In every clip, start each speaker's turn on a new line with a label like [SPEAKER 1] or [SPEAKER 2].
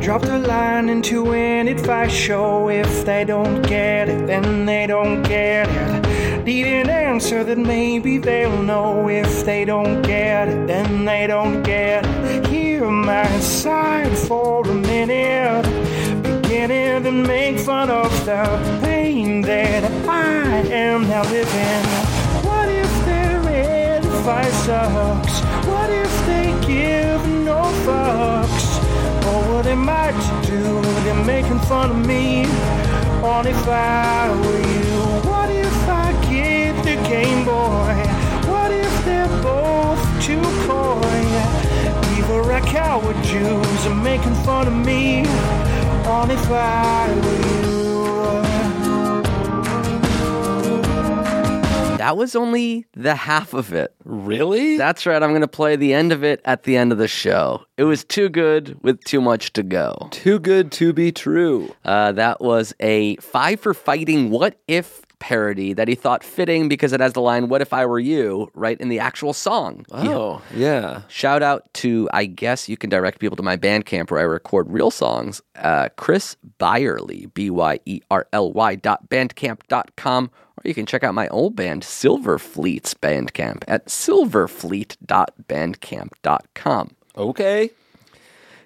[SPEAKER 1] Drop the line into an advice show. If they don't get it, then they don't get it. Need an answer that maybe they'll know. If they don't get it, then they don't get it. Hear my side for a minute. Begin it and make fun of the pain that I am now living. What if their advice sucks? What if they give no fucks? Or what am I to do? They're making fun of me. On if I were you, what if I get the Game Boy? What if they're both too coy? Either a coward Jews are making fun of me. On if I were you.
[SPEAKER 2] That was only the half of it.
[SPEAKER 3] Really?
[SPEAKER 2] That's right. I'm going to play the end of it at the end of the show. It was too good with too much to go.
[SPEAKER 3] Too good to be true.
[SPEAKER 2] Uh, that was a five for fighting what if parody that he thought fitting because it has the line, What if I were you, right in the actual song.
[SPEAKER 3] Oh, yeah.
[SPEAKER 2] Shout out to, I guess you can direct people to my Bandcamp where I record real songs. Uh, Chris Byerly, B Y E R L Y dot bandcamp.com. Or you can check out my old band, Silver Fleet's Bandcamp, at silverfleet.bandcamp.com.
[SPEAKER 3] Okay.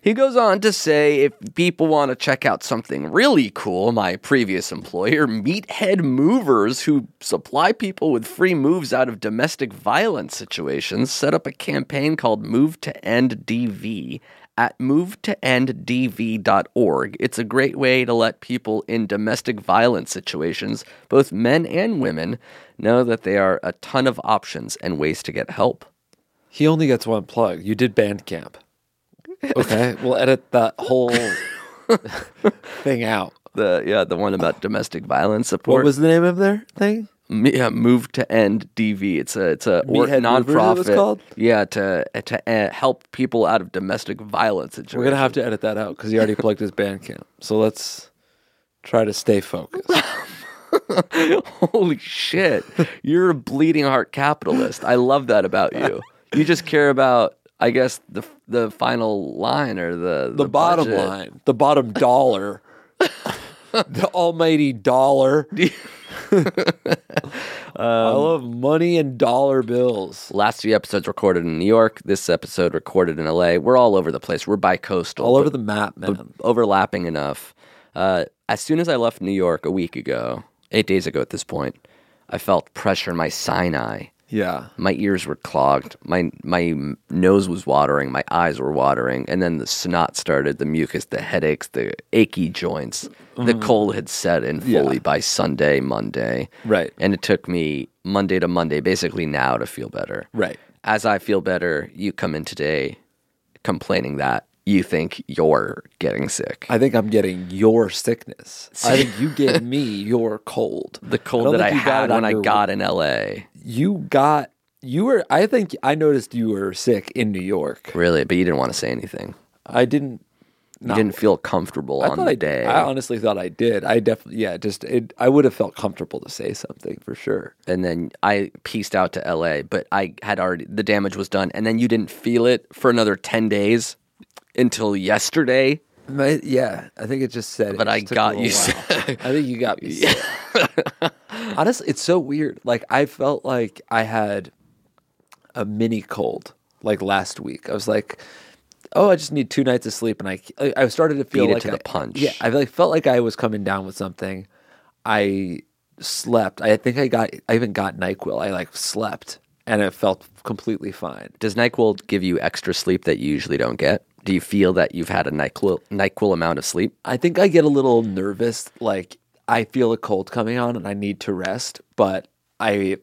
[SPEAKER 2] He goes on to say if people want to check out something really cool, my previous employer, Meathead Movers, who supply people with free moves out of domestic violence situations, set up a campaign called Move to End DV at movetoenddv.org. It's a great way to let people in domestic violence situations, both men and women, know that there are a ton of options and ways to get help.
[SPEAKER 3] He only gets one plug. You did Bandcamp. Okay. we'll edit that whole thing out.
[SPEAKER 2] The yeah, the one about domestic violence support.
[SPEAKER 3] What was the name of their thing?
[SPEAKER 2] M- Yeah, move to end DV. It's a it's a or
[SPEAKER 3] Meathead Movers, is what
[SPEAKER 2] nonprofit.
[SPEAKER 3] it's called?
[SPEAKER 2] Yeah, to to uh, help people out of domestic violence. Situations.
[SPEAKER 3] We're going to have to edit that out because he already plugged his Bandcamp. So let's try to stay focused.
[SPEAKER 2] Holy shit! You're a bleeding heart capitalist. I love that about you. You just care about, I guess, the the final line or the
[SPEAKER 3] the, bottom
[SPEAKER 2] budget.
[SPEAKER 3] line, the bottom dollar, the almighty dollar. Um, I love money and dollar bills.
[SPEAKER 2] Last few episodes recorded in New York. This episode recorded in L.A. We're all over the place. We're bi-coastal.
[SPEAKER 3] All
[SPEAKER 2] but-
[SPEAKER 3] over the map, man.
[SPEAKER 2] uh, overlapping enough. Uh, as soon as I left New York a week ago, eight days ago at this point, I felt pressure in my sinus.
[SPEAKER 3] Yeah.
[SPEAKER 2] My ears were clogged. My my nose was watering. My eyes were watering. And then the snot started. The mucus. The headaches. The achy joints. The cold had set in fully by Sunday, Monday.
[SPEAKER 3] Right.
[SPEAKER 2] And it took me Monday to Monday, basically now, to feel better.
[SPEAKER 3] Right.
[SPEAKER 2] As I feel better, you come in today complaining that you think you're getting sick.
[SPEAKER 3] I think I'm getting your sickness. I think you gave me your cold.
[SPEAKER 2] the
[SPEAKER 3] don't
[SPEAKER 2] cold that I
[SPEAKER 3] think you got
[SPEAKER 2] had
[SPEAKER 3] it
[SPEAKER 2] when
[SPEAKER 3] on
[SPEAKER 2] I
[SPEAKER 3] your-
[SPEAKER 2] got in LA.
[SPEAKER 3] You got you were I think I noticed you were sick in New York.
[SPEAKER 2] Really, but you didn't want to say anything.
[SPEAKER 3] I didn't
[SPEAKER 2] you didn't feel comfortable
[SPEAKER 3] I
[SPEAKER 2] on
[SPEAKER 3] thought
[SPEAKER 2] the
[SPEAKER 3] I-
[SPEAKER 2] day.
[SPEAKER 3] I honestly thought I did. I definitely, yeah, just it, I would have felt comfortable to say something for sure.
[SPEAKER 2] and then I pieced out to LA, but I had already the damage was done. And then you didn't feel it for another ten days until yesterday.
[SPEAKER 3] My, yeah, I think it just said.
[SPEAKER 2] But
[SPEAKER 3] it
[SPEAKER 2] I
[SPEAKER 3] just took
[SPEAKER 2] got
[SPEAKER 3] a little
[SPEAKER 2] you
[SPEAKER 3] while. I think you got me. Sick. Honestly, it's so weird. Like I felt like I had a mini cold like last week. I was like, oh, I just need two nights of sleep, and I I- I started to feel
[SPEAKER 2] Beat it
[SPEAKER 3] like
[SPEAKER 2] to
[SPEAKER 3] I-
[SPEAKER 2] the punch.
[SPEAKER 3] Yeah, I like felt like I was coming down with something. I slept. I think I got. I even got Nyquil. I like slept, and it felt completely fine.
[SPEAKER 2] Does Nyquil give you extra sleep that you usually don't get? Do you feel that you've had a Nyquil Nyquil amount of sleep?
[SPEAKER 3] I think I get a little nervous. Like I feel a cold coming on, and I need to rest. But I,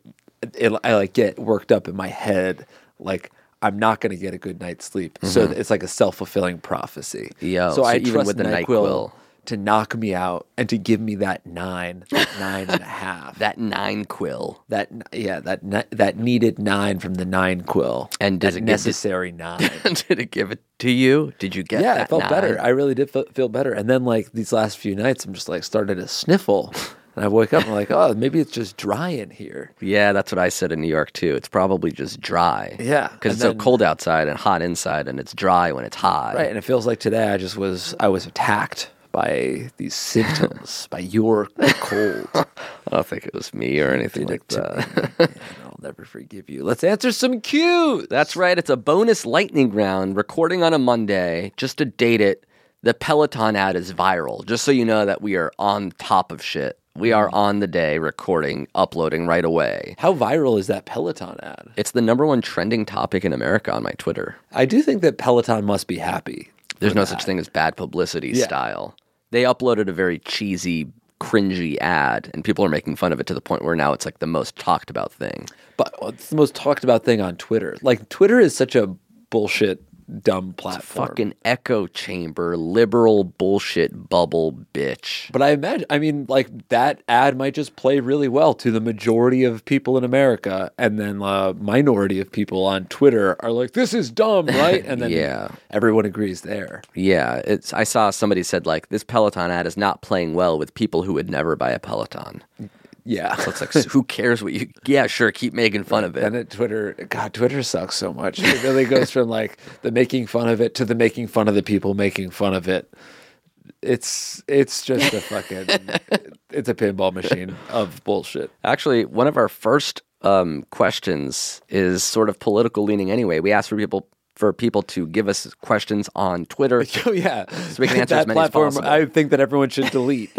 [SPEAKER 3] it, I like get worked up in my head. Like I'm not going to get a good night's sleep. So it's like a self fulfilling prophecy.
[SPEAKER 2] Mm-hmm. Yo,
[SPEAKER 3] So, I
[SPEAKER 2] so even
[SPEAKER 3] trust
[SPEAKER 2] with the
[SPEAKER 3] NyQuil,
[SPEAKER 2] NyQuil.
[SPEAKER 3] to knock me out and to give me that nine, that nine and a half.
[SPEAKER 2] That nine quill.
[SPEAKER 3] that yeah that ni- that needed nine from the nine quill
[SPEAKER 2] And does
[SPEAKER 3] that
[SPEAKER 2] it get-
[SPEAKER 3] necessary nine.
[SPEAKER 2] Did it give it to you? Did you get
[SPEAKER 3] yeah,
[SPEAKER 2] that
[SPEAKER 3] I felt
[SPEAKER 2] nine?
[SPEAKER 3] better. I really did fe- feel better. And then like these last few nights, I'm just like started to sniffle, and I wake up and I'm like, oh, maybe it's just dry in here.
[SPEAKER 2] Yeah, that's what I said in New York too. It's probably just dry.
[SPEAKER 3] Yeah,
[SPEAKER 2] because
[SPEAKER 3] and
[SPEAKER 2] it's so
[SPEAKER 3] then-
[SPEAKER 2] cold outside and hot inside, and it's dry when it's hot.
[SPEAKER 3] Right, and it feels like today I just was I was attacked by these symptoms by your cold. uh,
[SPEAKER 2] I don't think it was me or anything like that.
[SPEAKER 3] and I'll never forgive you. Let's answer some cues.
[SPEAKER 2] That's right. It's a bonus lightning round. Recording on a Monday. Just to date it, the Peloton ad is viral. Just so you know that we are on top of shit. We are on the day recording, uploading right away.
[SPEAKER 3] how viral is that Peloton ad?
[SPEAKER 2] It's the number one trending topic in America on my Twitter.
[SPEAKER 3] I do think that Peloton must be happy.
[SPEAKER 2] There's no such thing as bad publicity
[SPEAKER 3] Yeah.
[SPEAKER 2] style. They uploaded a very cheesy, cringy ad, and people are making fun of it to the point where now it's like the most talked about thing.
[SPEAKER 3] But it's the most talked about thing on Twitter. Like Twitter is such a bullshit dumb platform.
[SPEAKER 2] Fucking echo chamber, liberal bullshit bubble bitch.
[SPEAKER 3] But I imagine, I mean, like that ad might just play really well to the majority of people in America, and then uh, minority of people on Twitter are like, "This is dumb, right?" And then
[SPEAKER 2] Yeah.
[SPEAKER 3] everyone agrees there.
[SPEAKER 2] Yeah, it's. I saw somebody said like this Peloton ad is not playing well with people who would never buy a Peloton.
[SPEAKER 3] Yeah,
[SPEAKER 2] So it's like, who cares what you? Yeah, sure, keep making fun of
[SPEAKER 3] and
[SPEAKER 2] it.
[SPEAKER 3] then Twitter, God, Twitter sucks so much. It really goes from like the making fun of it to the making fun of the people making fun of it. It's it's just a fucking it's a pinball machine of bullshit.
[SPEAKER 2] Actually, one of our first um, questions is sort of political leaning. Anyway, we asked for people for people to give us questions on Twitter.
[SPEAKER 3] Oh yeah,
[SPEAKER 2] we can answer
[SPEAKER 3] that
[SPEAKER 2] as many as
[SPEAKER 3] platform.
[SPEAKER 2] possible.
[SPEAKER 3] I think that everyone should delete.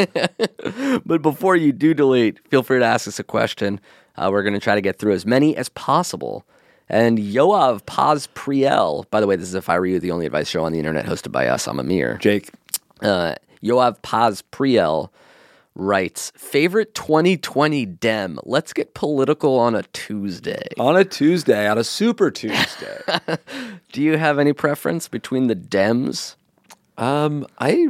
[SPEAKER 2] but before you do delete, feel free to ask us a question. Uh, we're going to try to get through as many as possible. And Yoav Paz Priel, by the way, this is If I Were You, the only advice show on the internet hosted by us. I'm Amir.
[SPEAKER 3] Jake,
[SPEAKER 2] Uh, Yoav Paz Priel writes, favorite 2020 Dem. Let's get political on a Tuesday.
[SPEAKER 3] on a Tuesday, on a Super Tuesday.
[SPEAKER 2] Do you have any preference between the Dems?
[SPEAKER 3] um, I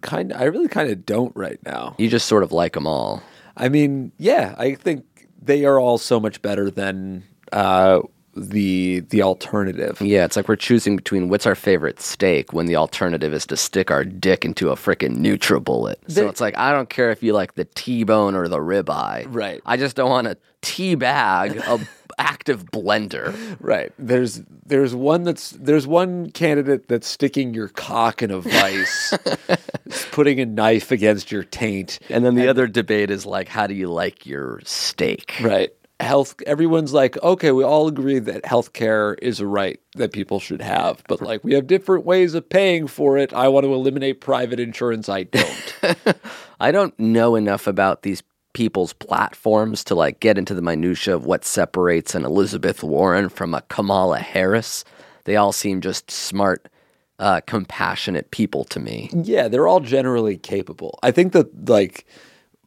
[SPEAKER 3] kind, I really kind of don't right now.
[SPEAKER 2] You just sort of like them all.
[SPEAKER 3] I mean, yeah, I think they are all so much better than uh, the the alternative.
[SPEAKER 2] Yeah, it's like we're choosing between what's our favorite steak when the alternative is to stick our dick into a freaking NutriBullet. So
[SPEAKER 3] They-
[SPEAKER 2] it's like I don't care if you like the T-bone or the ribeye.
[SPEAKER 3] Right.
[SPEAKER 2] I just don't want a tea bag, a active blender.
[SPEAKER 3] Right. There's there's one that's there's one candidate that's sticking your cock in a vice, putting a knife against your taint.
[SPEAKER 2] And then the other debate is like, how do you like your steak?
[SPEAKER 3] Right. Health. Everyone's like, okay, we all agree that healthcare is a right that people should have, but like we have different ways of paying for it. I want to eliminate private insurance. I don't.
[SPEAKER 2] I don't know enough about these people's platforms to like get into the minutia of what separates an Elizabeth Warren from a Kamala Harris. They all seem just smart, uh, compassionate people to me.
[SPEAKER 3] yeah, they're all generally capable. I think that like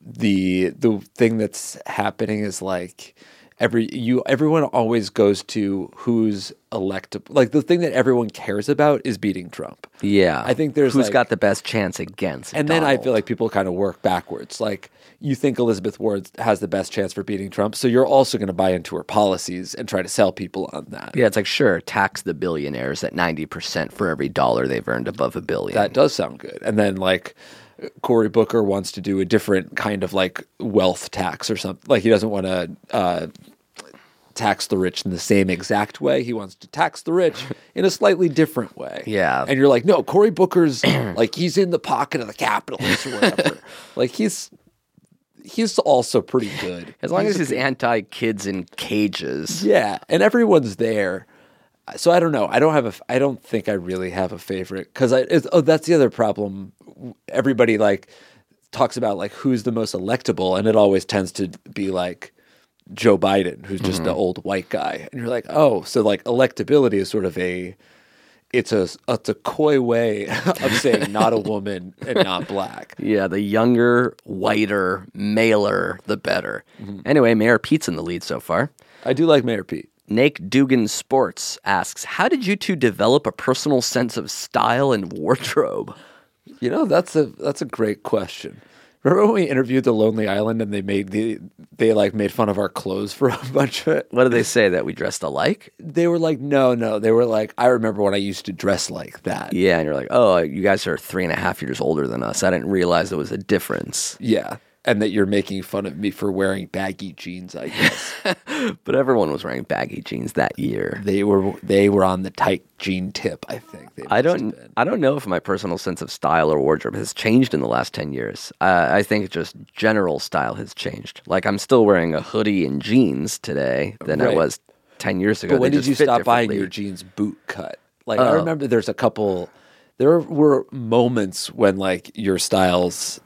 [SPEAKER 3] the the thing that's happening is like every you everyone always goes to who's electable. Like the thing that everyone cares about is beating Trump.
[SPEAKER 2] Yeah.
[SPEAKER 3] I think there's
[SPEAKER 2] who's
[SPEAKER 3] like-
[SPEAKER 2] got the best chance against.
[SPEAKER 3] And then I feel
[SPEAKER 2] Donald?
[SPEAKER 3] like people kind of work backwards. Like you think Elizabeth Warren has the best chance for beating Trump, so you're also going to buy into her policies and try to sell people on that.
[SPEAKER 2] Yeah, it's like sure, tax the billionaires at ninety percent for every dollar they've earned above a billion.
[SPEAKER 3] That does sound good. And then like Cory Booker wants to do a different kind of like wealth tax or something. Like he doesn't want to uh, tax the rich in the same exact way. He wants to tax the rich in a slightly different way.
[SPEAKER 2] Yeah.
[SPEAKER 3] And you're like, no, Cory Booker's like he's in the pocket of the capitalists or whatever. like he's he's also pretty good.
[SPEAKER 2] as long
[SPEAKER 3] He's
[SPEAKER 2] as he's anti kids in cages.
[SPEAKER 3] yeah, and everyone's there. So I don't know. I don't have a. f- I don't think I really have a favorite because I. It's, oh, that's the other problem. Everybody like talks about like who's the most electable, and it always tends to be like Joe Biden, who's just an old white guy, and you're like, oh, so like electability is sort of a. It's a it's a coy way of saying not a woman and not black.
[SPEAKER 2] Yeah, the younger, whiter, maler, the better. Anyway, Mayor Pete's in the lead so far.
[SPEAKER 3] I do like Mayor Pete.
[SPEAKER 2] Nake Dugan Sports asks, "How did you two develop a personal sense of style and wardrobe?"
[SPEAKER 3] You know, that's a that's a great question. Remember when we interviewed the Lonely Island and they made the they like made fun of our clothes for a bunch of it?
[SPEAKER 2] What do they say that we dressed alike?
[SPEAKER 3] They were like, no, no. They were like, I remember when I used to dress like that.
[SPEAKER 2] Yeah, and you're like, "Oh, you guys are three and a half years older than us. I didn't realize there was a difference."
[SPEAKER 3] Yeah. And that you're making fun of me for wearing baggy jeans, I guess.
[SPEAKER 2] But everyone was wearing baggy jeans that year.
[SPEAKER 3] they were they were on the tight jean tip, I think. They
[SPEAKER 2] I
[SPEAKER 3] must have
[SPEAKER 2] don't.
[SPEAKER 3] been.
[SPEAKER 2] I don't know if my personal sense of style or wardrobe has changed in the last ten years. Uh, I think just general style has changed. Like I'm still wearing a hoodie and jeans today than I
[SPEAKER 3] Right.
[SPEAKER 2] was ten years ago.
[SPEAKER 3] But when
[SPEAKER 2] They
[SPEAKER 3] did
[SPEAKER 2] just
[SPEAKER 3] you
[SPEAKER 2] fit
[SPEAKER 3] stop buying
[SPEAKER 2] differently. Oh.
[SPEAKER 3] your jeans boot cut? Like I remember there's a couple there were moments when like your styles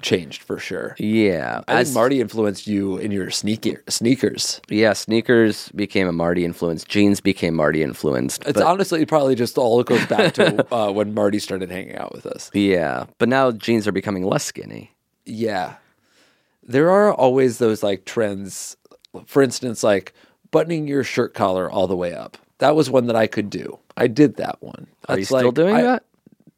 [SPEAKER 3] changed for sure.
[SPEAKER 2] Yeah,
[SPEAKER 3] I
[SPEAKER 2] as-
[SPEAKER 3] think Marty influenced you in your sneaker sneakers.
[SPEAKER 2] yeah, sneakers became a Marty influence. Jeans became Marty influenced.
[SPEAKER 3] It's
[SPEAKER 2] but-
[SPEAKER 3] honestly probably just all goes back to uh, when Marty started hanging out with us.
[SPEAKER 2] yeah, but now jeans are becoming less skinny.
[SPEAKER 3] Yeah, there are always those like trends. For instance, like buttoning your shirt collar all the way up. That was one that I could do. I did that one.
[SPEAKER 2] Are you
[SPEAKER 3] That's
[SPEAKER 2] still
[SPEAKER 3] like-
[SPEAKER 2] doing
[SPEAKER 3] I-
[SPEAKER 2] that?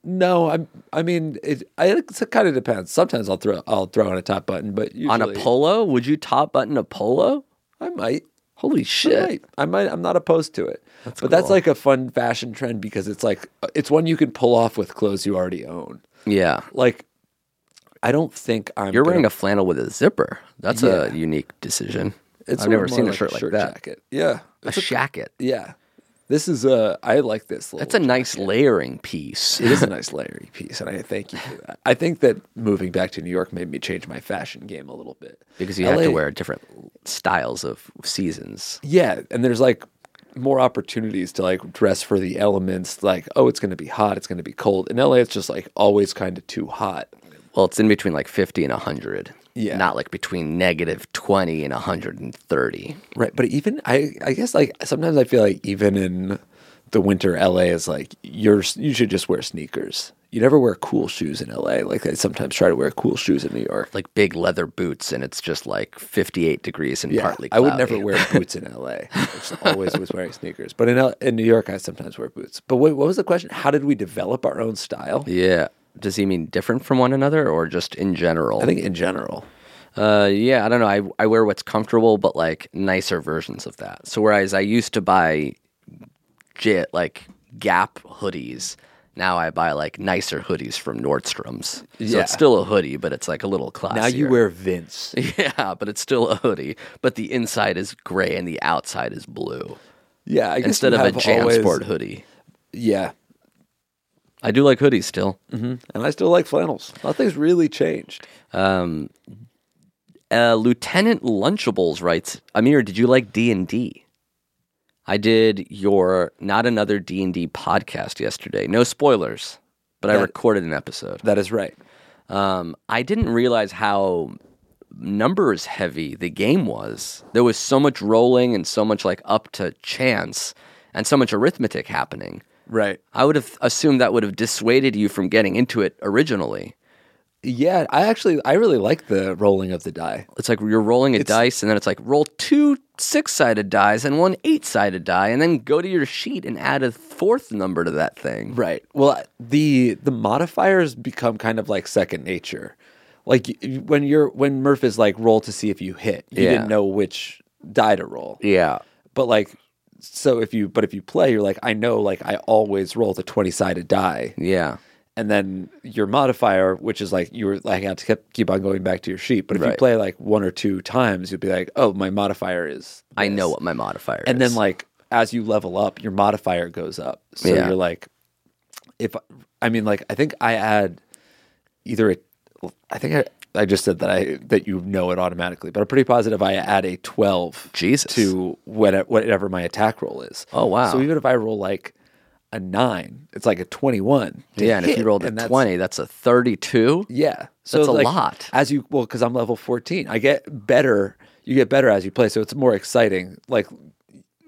[SPEAKER 3] No, I'm. I mean, it. I, it kind of depends. Sometimes I'll throw. I'll throw in a top button, but usually
[SPEAKER 2] On a polo? Would you top button a polo?
[SPEAKER 3] I might.
[SPEAKER 2] Holy
[SPEAKER 3] I
[SPEAKER 2] shit!
[SPEAKER 3] might. I might. I'm not opposed to it. but that's
[SPEAKER 2] cool.
[SPEAKER 3] like a fun fashion trend because it's like uh, it's one you can pull off with clothes you already own.
[SPEAKER 2] Yeah,
[SPEAKER 3] Like, I don't think I'm.
[SPEAKER 2] You're wearing
[SPEAKER 3] gonna-
[SPEAKER 2] a flannel with a zipper. That's
[SPEAKER 3] Yeah.
[SPEAKER 2] a unique decision.
[SPEAKER 3] It's
[SPEAKER 2] I've never
[SPEAKER 3] more
[SPEAKER 2] seen a
[SPEAKER 3] like
[SPEAKER 2] shirt, like that.
[SPEAKER 3] Jacket. Yeah.
[SPEAKER 2] A shacket.
[SPEAKER 3] Yeah. This is a. I like this. Little
[SPEAKER 2] That's a nice layering piece.
[SPEAKER 3] It is a nice layery piece, and I thank you for that. I think that moving back to New York made me change my fashion game a little bit
[SPEAKER 2] Because you have
[SPEAKER 3] LA
[SPEAKER 2] to wear different styles of seasons.
[SPEAKER 3] Yeah, and there's like more opportunities to like dress for the elements. Like, oh, it's going to be hot, it's going to be cold. In LA, it's just like always kind of too hot.
[SPEAKER 2] Well, it's in between like 50 and 100.
[SPEAKER 3] Yeah.
[SPEAKER 2] Not like between negative 20 and 130.
[SPEAKER 3] Right, but even I, I guess like sometimes I feel like even in the winter, LA is like you're you should just wear sneakers. You never wear cool shoes in LA. Like I sometimes try to wear cool shoes in New York.
[SPEAKER 2] Like big leather boots, and it's just like 58 degrees and
[SPEAKER 3] Yeah,
[SPEAKER 2] partly
[SPEAKER 3] I
[SPEAKER 2] cloudy.
[SPEAKER 3] would never wear boots in LA. I just always was wearing sneakers. But in L- in New York, I sometimes wear boots. But wait, what was the question? How did we develop our own style?
[SPEAKER 2] Yeah. Does he mean different from one another or just in general?
[SPEAKER 3] I think in general.
[SPEAKER 2] Uh, yeah, I don't know. I, I wear what's comfortable, but like nicer versions of that. So whereas I used to buy jit like Gap hoodies, now I buy like nicer hoodies from Nordstrom's. So
[SPEAKER 3] Yeah.
[SPEAKER 2] it's still a hoodie, but it's like a little classier.
[SPEAKER 3] Now you wear Vince.
[SPEAKER 2] yeah, but it's still a hoodie. But the inside is gray and the outside is blue
[SPEAKER 3] Yeah, I guess
[SPEAKER 2] instead
[SPEAKER 3] you
[SPEAKER 2] of a
[SPEAKER 3] have
[SPEAKER 2] Jansport
[SPEAKER 3] always-
[SPEAKER 2] hoodie.
[SPEAKER 3] Yeah,
[SPEAKER 2] I do like hoodies still.
[SPEAKER 3] and I still like flannels. Nothing's really changed.
[SPEAKER 2] Um, uh, Lieutenant Lunchables writes, Amir, did you like D and D? I did your not another D and D podcast yesterday. No spoilers, but I
[SPEAKER 3] That-
[SPEAKER 2] recorded an episode.
[SPEAKER 3] That is right.
[SPEAKER 2] Um, I didn't realize how numbers heavy the game was. There was so much rolling and so much like up to chance and so much arithmetic happening.
[SPEAKER 3] Right.
[SPEAKER 2] I would have assumed that would have dissuaded you from getting into it originally.
[SPEAKER 3] Yeah, I actually I really like the rolling of the die.
[SPEAKER 2] It's like you're rolling a dice, and then it's like roll two six sided dies and one eight sided die, and then go to your sheet and add a fourth number to that thing.
[SPEAKER 3] Right. Well, the the modifiers become kind of like second nature. Like y- y- when you're when Murph is like roll to see if you hit, you
[SPEAKER 2] Yeah.
[SPEAKER 3] didn't know which die to roll.
[SPEAKER 2] Yeah.
[SPEAKER 3] But like so if you but if you play, you're like I know like I always roll the 20 sided die.
[SPEAKER 2] Yeah.
[SPEAKER 3] And then your modifier, which is like you were like had to keep, keep on going back to your sheet. But if you
[SPEAKER 2] Right.
[SPEAKER 3] play like one or two times, you'll be like, oh, my modifier is.
[SPEAKER 2] I
[SPEAKER 3] this."
[SPEAKER 2] know what my modifier
[SPEAKER 3] and
[SPEAKER 2] is.
[SPEAKER 3] then like as you level up your modifier goes up so
[SPEAKER 2] Yeah.
[SPEAKER 3] you're like if i mean like i think i add either a i think i i just said that i that you know it automatically but i'm pretty positive i add a 12
[SPEAKER 2] Jesus.
[SPEAKER 3] to what, whatever my attack roll is
[SPEAKER 2] Oh, wow.
[SPEAKER 3] so even if i roll like a 9 it's like a 21 to
[SPEAKER 2] yeah, and if you
[SPEAKER 3] hit,
[SPEAKER 2] rolled a
[SPEAKER 3] and that's-
[SPEAKER 2] twenty, that's a thirty-two.
[SPEAKER 3] yeah. So
[SPEAKER 2] That's a
[SPEAKER 3] like,
[SPEAKER 2] lot.
[SPEAKER 3] As you well, because I'm level 14. I get better. You get better as you play, so it's more exciting. Like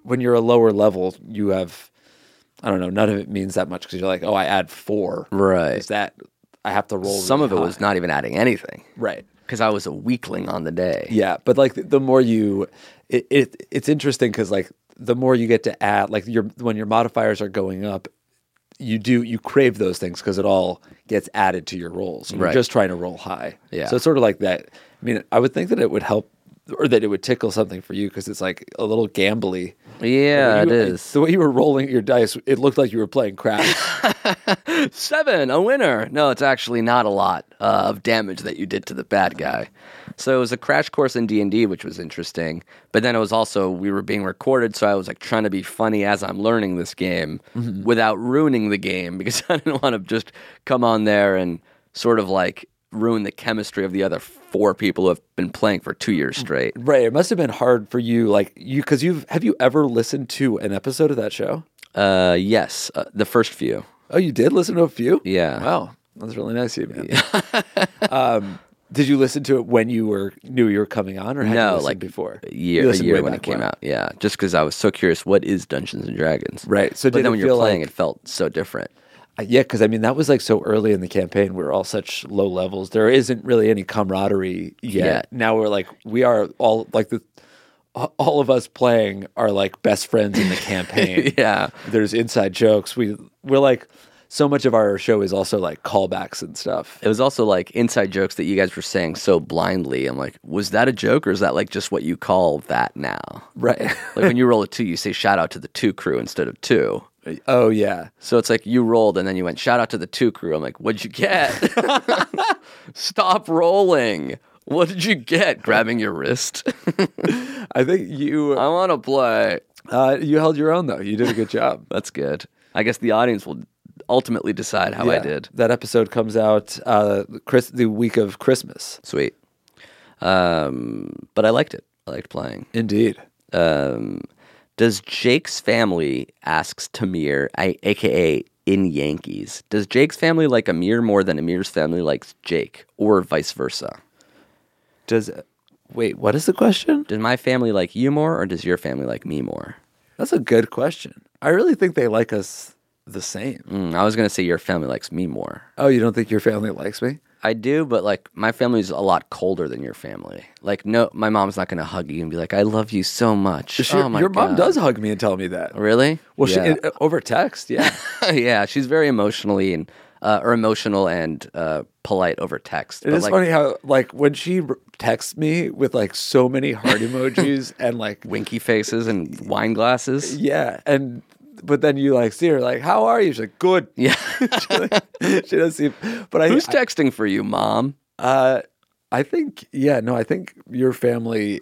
[SPEAKER 3] when you're a lower level, you have I don't know. None of it means that much because you're like, oh, I add four.
[SPEAKER 2] Right.
[SPEAKER 3] Is that I have to roll?
[SPEAKER 2] Some of
[SPEAKER 3] really
[SPEAKER 2] it
[SPEAKER 3] high.
[SPEAKER 2] was not even adding anything
[SPEAKER 3] right.
[SPEAKER 2] because I was a weakling on the day.
[SPEAKER 3] Yeah, but like the, the more you, it, it it's interesting because like the more you get to add, like your when your modifiers are going up, you do you crave those things because it all gets added to your rolls. You're
[SPEAKER 2] Right.
[SPEAKER 3] just trying to roll high.
[SPEAKER 2] Yeah.
[SPEAKER 3] so it's sort of like that. I mean, I would think that it would help or that it would tickle something for you because it's like a little gambly.
[SPEAKER 2] Yeah, it
[SPEAKER 3] The way you-
[SPEAKER 2] is.
[SPEAKER 3] The way you were rolling your dice, it looked like you were playing craps.
[SPEAKER 2] Seven, a winner. No, it's actually not a lot uh, of damage that you did to the bad guy. So it was a crash course in D and D, which was interesting. But then it was also we were being recorded, so I was like trying to be funny as I'm learning this game without ruining the game because I didn't want to just come on there and sort of like ruin the chemistry of the other four people who have been playing for two years straight.
[SPEAKER 3] right. It must have been hard for you, like you, because you've have you ever listened to an episode of that show?
[SPEAKER 2] Uh, yes, uh, the first few.
[SPEAKER 3] Oh, you did listen to a few?
[SPEAKER 2] Yeah.
[SPEAKER 3] Wow. That's really nice of you, man. um, did you listen to it when you were knew you were coming on or had you
[SPEAKER 2] no,
[SPEAKER 3] listened
[SPEAKER 2] like
[SPEAKER 3] before?
[SPEAKER 2] a
[SPEAKER 3] You
[SPEAKER 2] year, a
[SPEAKER 3] listened way
[SPEAKER 2] year when it
[SPEAKER 3] back
[SPEAKER 2] came out. Yeah, just because I was so curious, what is Dungeons and Dragons?
[SPEAKER 3] Right, so
[SPEAKER 2] but
[SPEAKER 3] did it
[SPEAKER 2] then when you're
[SPEAKER 3] feel
[SPEAKER 2] playing,
[SPEAKER 3] like-
[SPEAKER 2] it felt so different.
[SPEAKER 3] Uh, Yeah, because I mean that was like so early in the campaign. We are all such low levels. There isn't really any camaraderie yet.
[SPEAKER 2] Yeah.
[SPEAKER 3] Now we're like we are all like the all of us playing are like best friends in the campaign.
[SPEAKER 2] Yeah.
[SPEAKER 3] There's inside jokes. We we're like so much of our show is also like callbacks and stuff.
[SPEAKER 2] It was also like inside jokes that you guys were saying so blindly. I'm like, was that a joke or is that like just what you call that now?
[SPEAKER 3] Right.
[SPEAKER 2] like when you roll a two, you say shout out to the two crew instead of two.
[SPEAKER 3] oh yeah.
[SPEAKER 2] So it's like you rolled and then you went shout out to the two crew. I'm like, what'd you get? Stop rolling. What did you get? Grabbing your wrist.
[SPEAKER 3] I think you
[SPEAKER 2] I want to play.
[SPEAKER 3] Uh, you held your own though. You did a good job.
[SPEAKER 2] That's good. I guess the audience will ultimately decide how I
[SPEAKER 3] Yeah.
[SPEAKER 2] did.
[SPEAKER 3] That episode comes out uh, Chris the week of Christmas.
[SPEAKER 2] Sweet. Um, but I liked it. I liked playing.
[SPEAKER 3] Indeed.
[SPEAKER 2] Um, does Jake's family asks Tamir, I, aka in Yankees, does Jake's family like Amir more than Amir's family likes Jake, or vice versa?
[SPEAKER 3] Does wait? What is the question?
[SPEAKER 2] Does my family like you more, or does your family like me more?
[SPEAKER 3] That's a good question. I really think they like us the same.
[SPEAKER 2] Mm, I was gonna say your family likes me more.
[SPEAKER 3] Oh, you don't think your family likes me?
[SPEAKER 2] I do, but like my family's a lot colder than your family. Like, no, my mom's not gonna hug you and be like, "I love you so much."
[SPEAKER 3] Sure,
[SPEAKER 2] oh my
[SPEAKER 3] your mom
[SPEAKER 2] God.
[SPEAKER 3] does hug me and tell me that.
[SPEAKER 2] Really?
[SPEAKER 3] Well, she,
[SPEAKER 2] yeah.
[SPEAKER 3] uh, over text, yeah.
[SPEAKER 2] yeah, she's very emotionally and uh, or emotional and uh, polite over text.
[SPEAKER 3] It
[SPEAKER 2] but,
[SPEAKER 3] is
[SPEAKER 2] like,
[SPEAKER 3] funny how like when she r- texts me with like so many heart emojis and like
[SPEAKER 2] Winky faces and wine glasses.
[SPEAKER 3] yeah, and but then you like see her like how are you? She's like good.
[SPEAKER 2] Yeah.
[SPEAKER 3] she doesn't seem. But I,
[SPEAKER 2] Who's
[SPEAKER 3] I,
[SPEAKER 2] texting for you, mom?
[SPEAKER 3] uh, I think yeah, no, I think your family.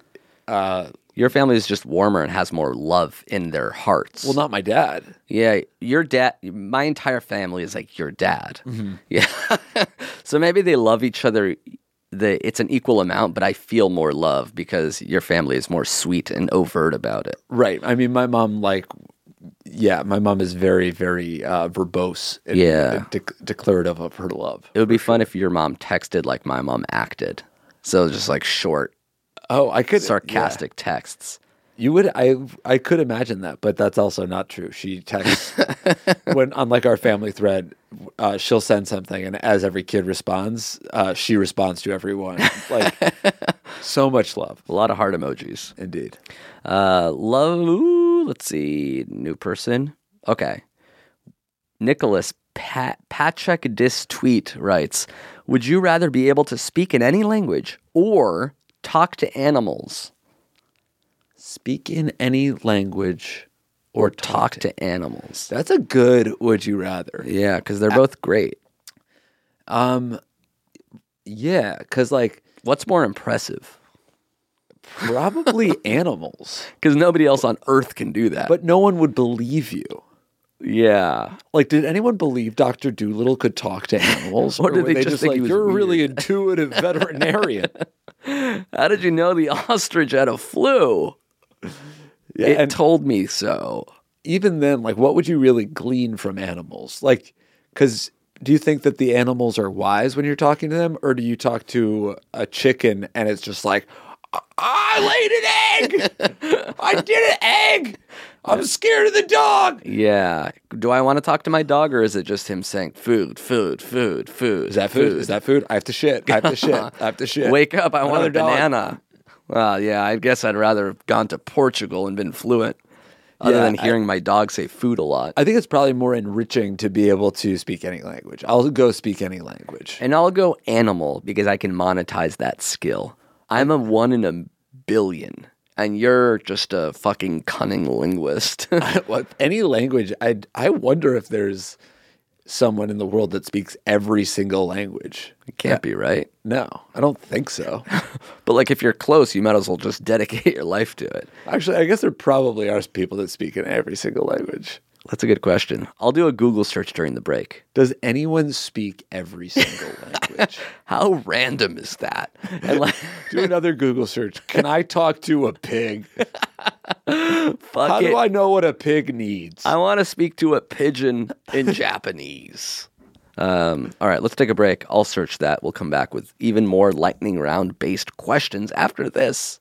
[SPEAKER 3] Uh,
[SPEAKER 2] Your family is just warmer and has more love in their hearts.
[SPEAKER 3] well, not my dad.
[SPEAKER 2] Yeah, your dad. My entire family is like your dad.
[SPEAKER 3] Mm-hmm.
[SPEAKER 2] Yeah, so maybe they love each other. The it's an equal amount, but I feel more love because your family is more sweet and overt about it.
[SPEAKER 3] Right. I mean, my mom like. Yeah, my mom is very, very uh, verbose and,
[SPEAKER 2] Yeah.
[SPEAKER 3] and dec declarative of her love.
[SPEAKER 2] It would be fun if your mom texted like my mom acted, so just like short,
[SPEAKER 3] Oh, I could yeah.
[SPEAKER 2] sarcastic texts.
[SPEAKER 3] You would I I could imagine that, but that's also not true. She texts when on like our family thread, uh, she'll send something, and as every kid responds, uh, she responds to everyone. Like so much love,
[SPEAKER 2] A lot of heart emojis.
[SPEAKER 3] indeed.
[SPEAKER 2] Uh, love. Ooh, let's see. New person. Okay. Nicholas pa- Patrick Dis tweet writes: Would you rather be able to speak in any language or talk to animals?
[SPEAKER 3] Speak in any language or
[SPEAKER 2] Talk to animals.
[SPEAKER 3] That's a good. Would you rather?
[SPEAKER 2] Yeah, because they're both great.
[SPEAKER 3] Um, Yeah, because like
[SPEAKER 2] What's more impressive?
[SPEAKER 3] probably animals,
[SPEAKER 2] Because nobody else on Earth can do that.
[SPEAKER 3] but no one would believe you.
[SPEAKER 2] yeah,
[SPEAKER 3] Like, did anyone believe Dr. Doolittle could talk to animals?
[SPEAKER 2] Or did
[SPEAKER 3] were
[SPEAKER 2] they just think
[SPEAKER 3] like,
[SPEAKER 2] he was
[SPEAKER 3] you're a really intuitive veterinarian?
[SPEAKER 2] how did you know the ostrich had a flu? it
[SPEAKER 3] and-
[SPEAKER 2] told me so.
[SPEAKER 3] Even then, like, what would you really glean from animals? Like, because do you think that the animals are wise when you're talking to them? Or do you talk to a chicken and it's just like, "I- I laid an egg! I did an egg! I'm scared of the dog!
[SPEAKER 2] Yeah. Do I want to talk to my dog or is it just him saying food, food, food, food?
[SPEAKER 3] Is that food? Is that food? I have to shit. I have to shit. I have to shit.
[SPEAKER 2] Wake up, I want
[SPEAKER 3] Another
[SPEAKER 2] a
[SPEAKER 3] dog.
[SPEAKER 2] banana. Well, yeah, I guess I'd rather have gone to Portugal and been fluent other
[SPEAKER 3] Yeah,
[SPEAKER 2] than
[SPEAKER 3] I-
[SPEAKER 2] hearing my dog say food a lot.
[SPEAKER 3] I think it's probably more enriching to be able to speak any language. I'll go speak any language.
[SPEAKER 2] and I'll go animal because I can monetize that skill. I'm a one in a billion. And you're just a fucking cunning linguist.
[SPEAKER 3] well, any language, I I wonder if there's someone in the world that speaks every single language.
[SPEAKER 2] Can't be right.
[SPEAKER 3] No, I don't think so.
[SPEAKER 2] But like if you're close, you might as well just dedicate your life to it.
[SPEAKER 3] Actually, I guess there probably are people that speak in every single language.
[SPEAKER 2] That's a good question. I'll do a Google search during the break.
[SPEAKER 3] Does anyone speak every single language?
[SPEAKER 2] How random is that? And like,
[SPEAKER 3] Do another Google search. Can I talk to a pig?
[SPEAKER 2] fuck
[SPEAKER 3] How
[SPEAKER 2] it.
[SPEAKER 3] do
[SPEAKER 2] I,
[SPEAKER 3] I know what a pig needs?
[SPEAKER 2] want to speak to a pigeon in Japanese. Um, all right, let's take a break. I'll search that. We'll come back with even more lightning round based questions after this.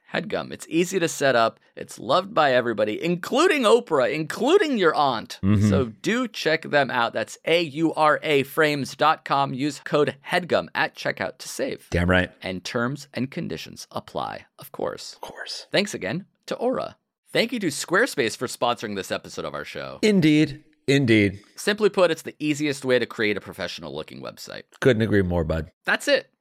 [SPEAKER 2] HEADGUM. It's easy to set up, it's loved by everybody, including Oprah, including your aunt. So do check them out. That's A U R A frames.com. Use code HEADGUM at checkout to save.
[SPEAKER 4] Damn right.
[SPEAKER 2] And terms and conditions apply, of course.
[SPEAKER 4] Of course.
[SPEAKER 2] Thanks again to Aura. Thank you to Squarespace for sponsoring this episode of our show.
[SPEAKER 4] Indeed. Indeed.
[SPEAKER 2] Simply put, it's the easiest way to create a professional looking website.
[SPEAKER 4] Couldn't agree more, bud.
[SPEAKER 2] That's it.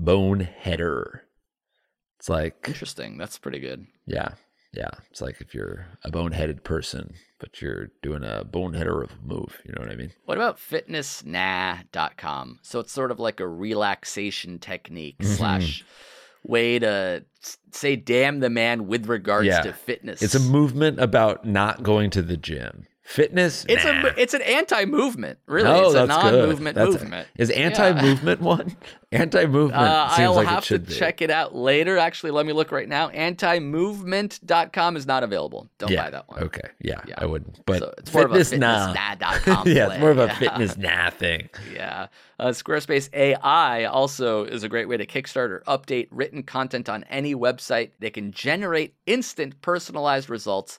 [SPEAKER 4] Boneheader. It's like,
[SPEAKER 2] Interesting. That's pretty good.
[SPEAKER 4] yeah, yeah. It's like if you're a boneheaded person, but you're doing a boneheader of a move. You know what I mean?
[SPEAKER 5] What about fitnessnah.com? So it's sort of like a relaxation technique
[SPEAKER 4] Mm-hmm.
[SPEAKER 5] slash way to s- say damn the man with regards
[SPEAKER 4] Yeah.
[SPEAKER 5] to fitness.
[SPEAKER 4] It's a movement about not going to the gym. Fitness.
[SPEAKER 5] It's
[SPEAKER 4] nah.
[SPEAKER 5] a it's an anti-movement, really.
[SPEAKER 4] No,
[SPEAKER 5] it's a
[SPEAKER 4] that's good.
[SPEAKER 5] non-movement
[SPEAKER 4] That's-
[SPEAKER 5] movement.
[SPEAKER 4] Is anti-movement one? Anti-movement
[SPEAKER 5] Uh,
[SPEAKER 4] seems
[SPEAKER 5] I'll
[SPEAKER 4] like
[SPEAKER 5] have
[SPEAKER 4] it
[SPEAKER 5] to
[SPEAKER 4] should be.
[SPEAKER 5] check it out later. Actually, let me look right now. Antimovement.com is not available. Don't
[SPEAKER 4] yeah.
[SPEAKER 5] buy that one.
[SPEAKER 4] Okay. Yeah,
[SPEAKER 5] Yeah.
[SPEAKER 4] I wouldn't. But
[SPEAKER 5] So it's more of a
[SPEAKER 4] fitness, nah.
[SPEAKER 5] fitnessnah.com
[SPEAKER 4] yeah, it's
[SPEAKER 5] play.
[SPEAKER 4] more of a
[SPEAKER 5] Yeah.
[SPEAKER 4] fitness nah thing.
[SPEAKER 5] Yeah. Uh, Squarespace AI also is a great way to kickstart or update written content on any website. They can generate instant personalized results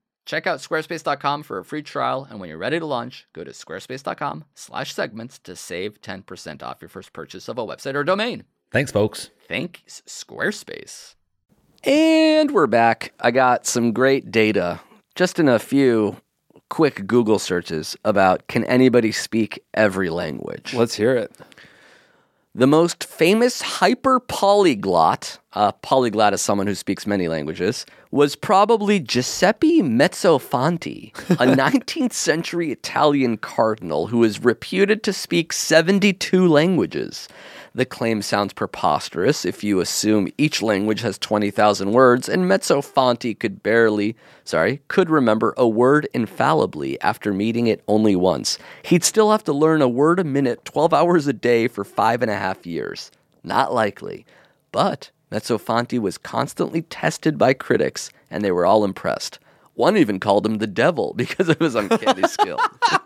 [SPEAKER 5] check out squarespace.com for a free trial. And when you're ready to launch, go to squarespace.com slash segments to save 10% off your first purchase of a website or domain.
[SPEAKER 4] Thanks, folks.
[SPEAKER 5] Thanks, Squarespace.
[SPEAKER 2] And we're back. I got some great data just in a few quick Google searches about can anybody speak every language?
[SPEAKER 3] Let's hear it.
[SPEAKER 2] The most famous hyper polyglot, uh, polyglot is someone who speaks many languages, was probably Giuseppe Mezzofanti, a 19th century Italian cardinal who is reputed to speak 72 languages. The claim sounds preposterous if you assume each language has 20,000 words, and Mezzofanti could barely, sorry, could remember a word infallibly after meeting it only once. He'd still have to learn a word a minute, 12 hours a day for five and a half years. Not likely. But Mezzofanti was constantly tested by critics, and they were all impressed. One even called him the devil because of his uncanny skill.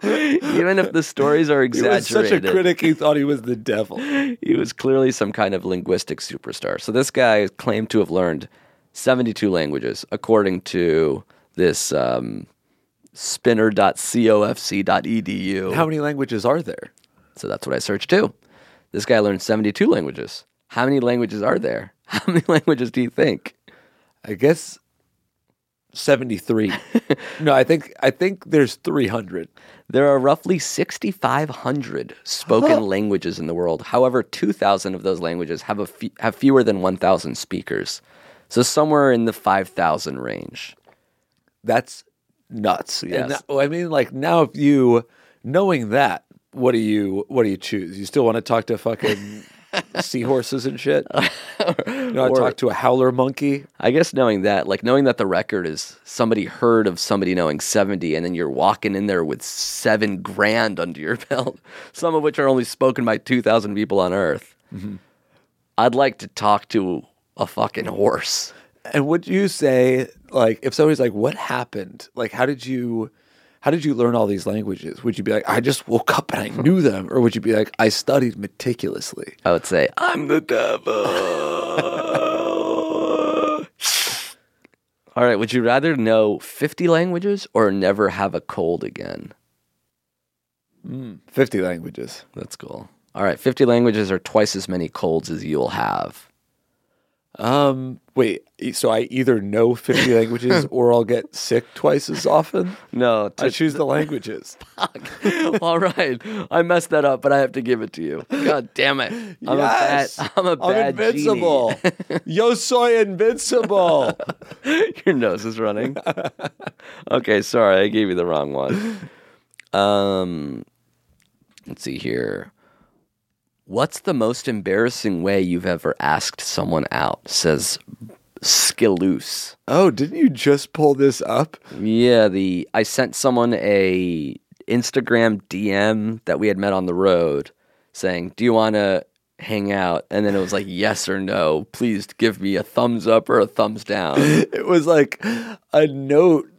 [SPEAKER 2] even if the stories are
[SPEAKER 3] He was
[SPEAKER 2] exaggerated
[SPEAKER 3] such a critic. He thought he was the devil.
[SPEAKER 2] he was clearly some kind of linguistic superstar. So this guy claimed to have learned 72 languages, according to this um, spinner.cofc.edu.
[SPEAKER 3] How many languages are there?
[SPEAKER 2] E So that's what I searched too. This guy learned 72 languages. How many languages are there? How many languages do you think?
[SPEAKER 3] I guess seventy-three. no, I think I think there's three hundred.
[SPEAKER 2] There are roughly 6,500 spoken languages in the world. However, 2,000 of those languages have, a fe- have fewer than 1,000 speakers. So somewhere in the 5,000 range.
[SPEAKER 3] That's nuts. And
[SPEAKER 2] Yes.
[SPEAKER 3] that- I mean, like now, if you knowing that, what do you what do you choose? You still want to talk to fucking seahorses and shit?
[SPEAKER 5] Uh,
[SPEAKER 3] You want
[SPEAKER 2] Or-
[SPEAKER 3] to talk to a howler monkey?
[SPEAKER 2] I guess knowing that, like knowing that the record is somebody heard of somebody knowing 70, and then you're walking in there with seven grand under your belt, some of which are only spoken by 2,000 people on earth. I'd like to talk to a fucking horse.
[SPEAKER 3] And would you say like if somebody's like, "What happened? Like, how did you?" How did you learn all these languages? Would you be like, I just woke up and I knew them? Or would you be like, I studied meticulously?
[SPEAKER 2] I would say, I'm the devil. All right, would you rather know 50 languages or never have a cold again?
[SPEAKER 3] 50 Hmm. languages.
[SPEAKER 2] That's cool. All right, 50 languages are twice as many colds as you'll have.
[SPEAKER 3] Um, wait. e- So I either know fifty languages or I'll get sick twice as often.
[SPEAKER 2] No,
[SPEAKER 3] I choose the languages.
[SPEAKER 2] All right. I messed that up, but I have to give it to you. God damn it. I'm
[SPEAKER 3] yes,
[SPEAKER 2] a bad I'm a bad genie.
[SPEAKER 3] invincible. Yo soy invincible.
[SPEAKER 2] Your nose is running. okay, sorry, I gave you the wrong one. Um let's see here. What's the most embarrassing way you've ever asked someone out? Says Skilloose.
[SPEAKER 3] oh, didn't you just pull this up?
[SPEAKER 2] Yeah, the I sent someone a Instagram DM that we had met on the road saying, "Do you want to hang out?" And then it was like, "Yes or no. Please give me a thumbs up or a thumbs down."
[SPEAKER 3] It was like a note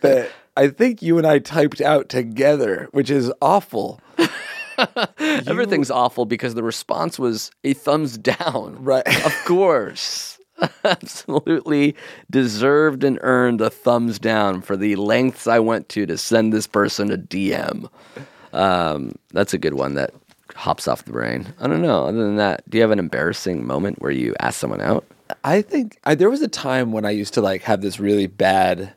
[SPEAKER 3] that I think you and I typed out together, which is awful.
[SPEAKER 2] Everything's awful because the response was a thumbs down.
[SPEAKER 3] Right.
[SPEAKER 2] Of course. Absolutely deserved and earned a thumbs down for the lengths I went to to send this person a DM. Um, that's a good one that hops off the brain. I don't know. Other than that, do you have an embarrassing moment where you ask someone out?
[SPEAKER 3] I think I, there was a time when I used to like have this really bad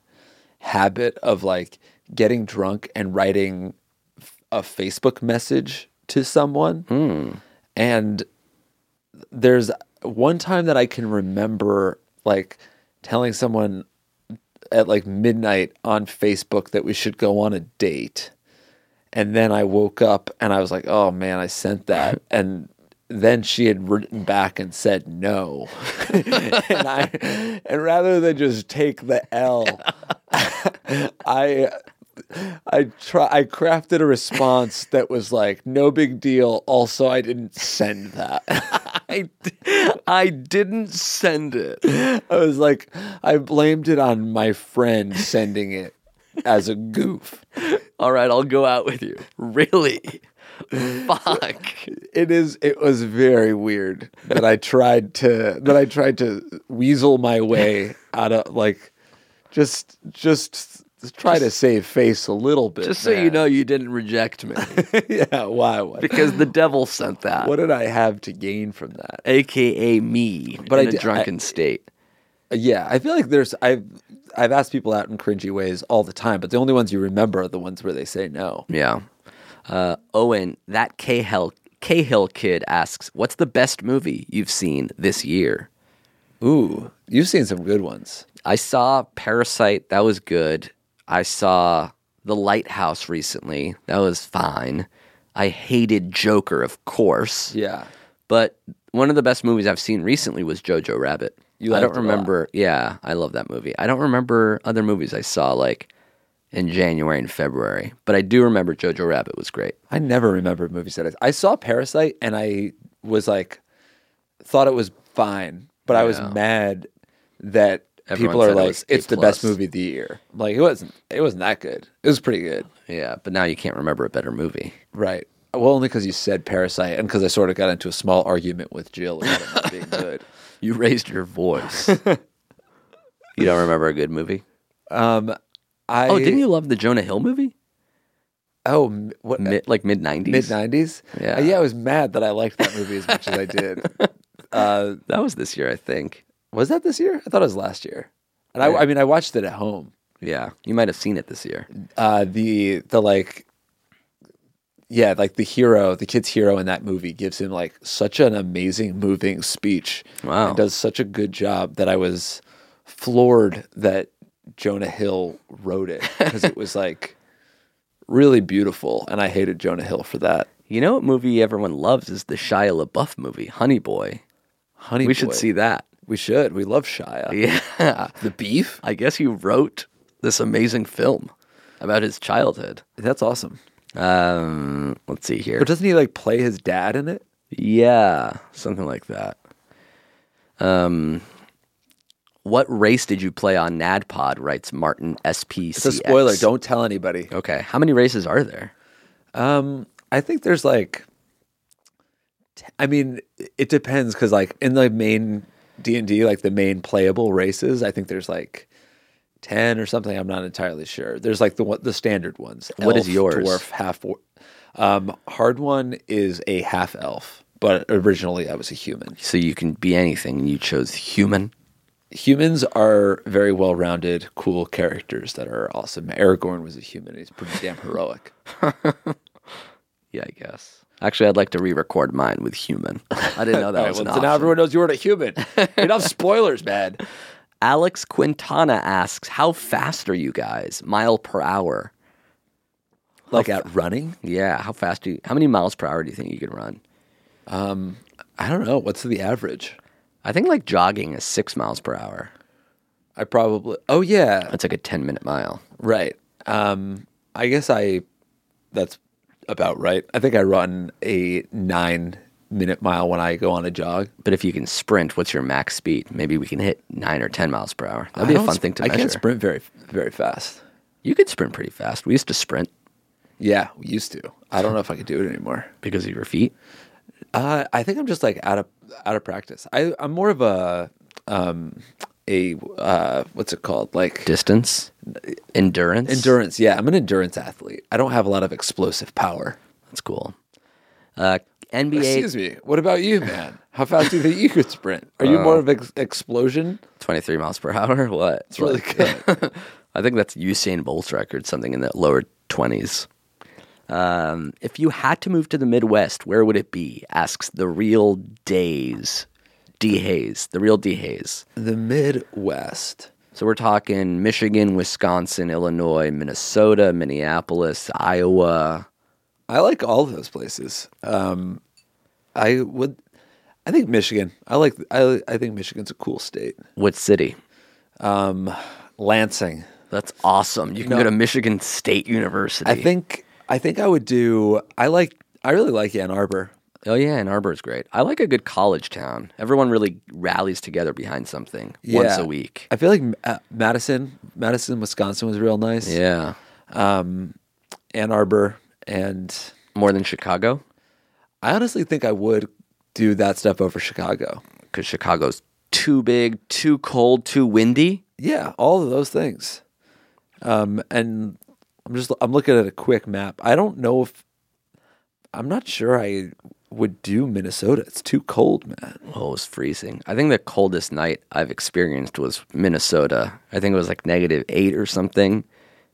[SPEAKER 3] habit of like getting drunk and writing f- a Facebook message to someone. And there's one time that I can remember like telling someone at like midnight on Facebook that we should go on a date. And then I woke up and I was like, oh man, I sent that. And then she had written back and said no. and I and rather than just take the L, I I try I crafted a response that was like, no big deal. Also, I didn't send that.
[SPEAKER 2] I, I didn't send it.
[SPEAKER 3] I was like, I blamed it on my friend sending it as a goof.
[SPEAKER 2] All right, I'll go out with you. Really? Fuck.
[SPEAKER 3] It is it was very weird that I tried to that I tried to weasel my way out of like just just try to save face a little bit.
[SPEAKER 2] Just so you know, you didn't reject me
[SPEAKER 3] yeah, why what
[SPEAKER 2] because the devil sent that,
[SPEAKER 3] what did I have to gain from that?
[SPEAKER 2] aka me, but
[SPEAKER 3] I
[SPEAKER 2] in a
[SPEAKER 3] did- I-
[SPEAKER 2] drunken state.
[SPEAKER 3] Uh, Yeah, I feel like there's I've I've asked people out in cringy ways all the time, but the only ones you remember are the ones where they say no.
[SPEAKER 2] Yeah. Uh, Owen, that Cahill Cahill kid asks, "What's the best movie you've seen this year?"
[SPEAKER 3] Ooh, you've seen some good ones.
[SPEAKER 2] I saw Parasite. That was good. I saw The Lighthouse recently. That was fine. I hated Joker, of course.
[SPEAKER 3] Yeah.
[SPEAKER 2] But one of the best movies I've seen recently was Jojo Rabbit.
[SPEAKER 3] You
[SPEAKER 2] I
[SPEAKER 3] liked
[SPEAKER 2] don't
[SPEAKER 3] it a lot.
[SPEAKER 2] remember. Yeah, I love that movie. I don't remember other movies I saw like in January and February, but I do remember Jojo Rabbit was great.
[SPEAKER 3] I never remember movies that I, I saw Parasite and I was like, thought it was fine, but I was mad that
[SPEAKER 2] Everyone
[SPEAKER 3] people are
[SPEAKER 2] said it
[SPEAKER 3] like,
[SPEAKER 2] was A
[SPEAKER 3] it's the best
[SPEAKER 2] plus."
[SPEAKER 3] movie of the year. I'm Like it wasn't, it wasn't that good. It was pretty good,
[SPEAKER 2] Yeah, but now you can't remember a better movie.
[SPEAKER 3] right? Well, only because you said Parasite and because I sort of got into a small argument with Jill about it not being good.
[SPEAKER 2] You raised your voice. you don't remember a good movie?
[SPEAKER 3] I
[SPEAKER 2] Oh, didn't you love the Jonah Hill movie?
[SPEAKER 3] Oh, m- what
[SPEAKER 2] Mid, like mid 90s?
[SPEAKER 3] mid nineties?
[SPEAKER 2] Yeah.
[SPEAKER 3] yeah, I was mad that I liked that movie as much as I did. Uh,
[SPEAKER 2] That was this year, I think.
[SPEAKER 3] was that this year? I thought it was last year. And I, I mean, I watched it at home.
[SPEAKER 2] Yeah, you might have seen it this year.
[SPEAKER 3] uh, the the like yeah like the hero the kid's hero in that movie gives him like such an amazing moving speech
[SPEAKER 2] Wow.
[SPEAKER 3] and does such a good job that i was floored that jonah hill wrote it because it was like really beautiful and i hated jonah hill for that
[SPEAKER 2] You know what movie everyone loves is the Shia LaBeouf movie, Honey Boy.
[SPEAKER 3] honey
[SPEAKER 2] we
[SPEAKER 3] Boy.
[SPEAKER 2] should see that.
[SPEAKER 3] we should we love shia
[SPEAKER 2] Yeah.
[SPEAKER 3] the beef
[SPEAKER 2] I guess he wrote this amazing film about his childhood.
[SPEAKER 3] that's awesome
[SPEAKER 2] Um, let's see here.
[SPEAKER 3] but doesn't he like play his dad in it
[SPEAKER 2] Yeah, something like that. Um, what race did you play on NADPOD? Writes Martin SPCX.
[SPEAKER 3] it's a spoiler don't tell anybody
[SPEAKER 2] Okay, how many races are there?
[SPEAKER 3] Um, I think there's like, t- I mean, it depends because like in the main D and D, like the main playable races, I think there's like ten or something. I'm not entirely sure. There's like the one, the standard ones.
[SPEAKER 2] What is yours?
[SPEAKER 3] Dwarf, half. wa- Um, hard one is a half elf, but originally I was a human.
[SPEAKER 2] So you can be anything, and you chose human.
[SPEAKER 3] Humans are very well rounded, cool characters that are awesome. Aragorn was a human. He's pretty damn heroic.
[SPEAKER 2] Yeah, I guess. Actually, I'd like to re-record mine with human. I didn't know that
[SPEAKER 3] All right,
[SPEAKER 2] was
[SPEAKER 3] well,
[SPEAKER 2] an
[SPEAKER 3] so now
[SPEAKER 2] option.
[SPEAKER 3] everyone knows you weren't a human. Enough spoilers, man.
[SPEAKER 2] Alex Quintana asks, "How fast are you guys? Mile per hour?
[SPEAKER 3] Like at running?
[SPEAKER 2] Yeah, how fast do you? How many miles per hour do you think you could run?
[SPEAKER 3] I don't know. What's the average?
[SPEAKER 2] I think like jogging is six miles per hour.
[SPEAKER 3] I probably. Oh yeah,
[SPEAKER 2] That's like a ten-minute mile.
[SPEAKER 3] right. Um, I guess I. That's about right. I think I run a nine-minute mile when I go on a jog.
[SPEAKER 2] But if you can sprint, what's your max speed? Maybe we can hit nine or ten miles per hour. That'd be a
[SPEAKER 3] I don't
[SPEAKER 2] fun
[SPEAKER 3] sp-
[SPEAKER 2] thing to
[SPEAKER 3] I
[SPEAKER 2] measure.
[SPEAKER 3] can't sprint very, very fast.
[SPEAKER 2] You could sprint pretty fast. We used to sprint
[SPEAKER 3] Yeah, we used to. I don't know if I could do it anymore.
[SPEAKER 2] because of your feet.
[SPEAKER 3] Uh, I think I'm just like out of out of practice. I I'm more of a um a uh what's it called like
[SPEAKER 2] Distance, endurance,
[SPEAKER 3] endurance. Yeah, I'm an endurance athlete. I don't have a lot of explosive power.
[SPEAKER 2] That's cool. Uh, NBA
[SPEAKER 3] Excuse me. What about you, man? How fast do you think you could sprint? Are you more of an explosion?
[SPEAKER 2] 23 miles per hour. What? It's
[SPEAKER 3] really
[SPEAKER 2] good. I think that's Usain Bolt's record, something in the lower 20s. Um, if you had to move to the Midwest, where would it be? Asks the real Days. D Hayes. The real D Hayes.
[SPEAKER 3] The Midwest.
[SPEAKER 2] So we're talking Michigan, Wisconsin, Illinois, Minnesota, Minneapolis, Iowa.
[SPEAKER 3] I like all of those places. Um, I would. I think Michigan. I like. I I think Michigan's a cool state.
[SPEAKER 2] What city?
[SPEAKER 3] Lansing.
[SPEAKER 2] That's awesome. You can go to Michigan State University.
[SPEAKER 3] I think. I think I would do. I like. I really like Ann Arbor.
[SPEAKER 2] Oh yeah, Ann Arbor's great. I like a good college town. Everyone really rallies together behind something once
[SPEAKER 3] Yeah.
[SPEAKER 2] a week.
[SPEAKER 3] I feel like uh, Madison, Madison, Wisconsin was real nice.
[SPEAKER 2] Yeah.
[SPEAKER 3] Ann Arbor, and
[SPEAKER 2] More than Chicago?
[SPEAKER 3] I honestly think I would do that stuff over Chicago.
[SPEAKER 2] Because Chicago's too big, too cold, too windy.
[SPEAKER 3] Yeah, all of those things. Um, and I'm just I'm looking at a quick map. I don't know if I'm not sure I would do Minnesota. It's too cold, man.
[SPEAKER 2] Oh, it was freezing. I think the coldest night I've experienced was Minnesota. I think it was like negative eight or something.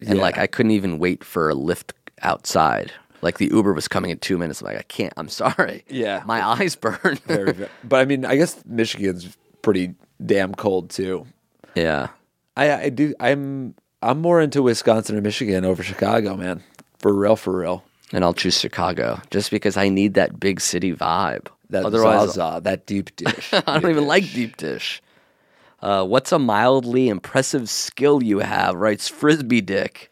[SPEAKER 2] And like I couldn't even wait for a lift outside. Like the Uber was coming in two minutes. I'm like, I can't. I'm sorry.
[SPEAKER 3] Yeah.
[SPEAKER 2] My eyes burn.
[SPEAKER 3] Very, very- but I mean, I guess Michigan's pretty damn cold too.
[SPEAKER 2] yeah.
[SPEAKER 3] I, I do. I'm I'm more into Wisconsin and Michigan over Chicago, man. For real, for real.
[SPEAKER 2] And I'll choose Chicago just because I need that big city vibe.
[SPEAKER 3] That
[SPEAKER 2] Otherwise,
[SPEAKER 3] Zaza, that deep dish.
[SPEAKER 2] I don't even like deep dish. Uh, what's a mildly impressive skill you have? Writes Frisbee Dick.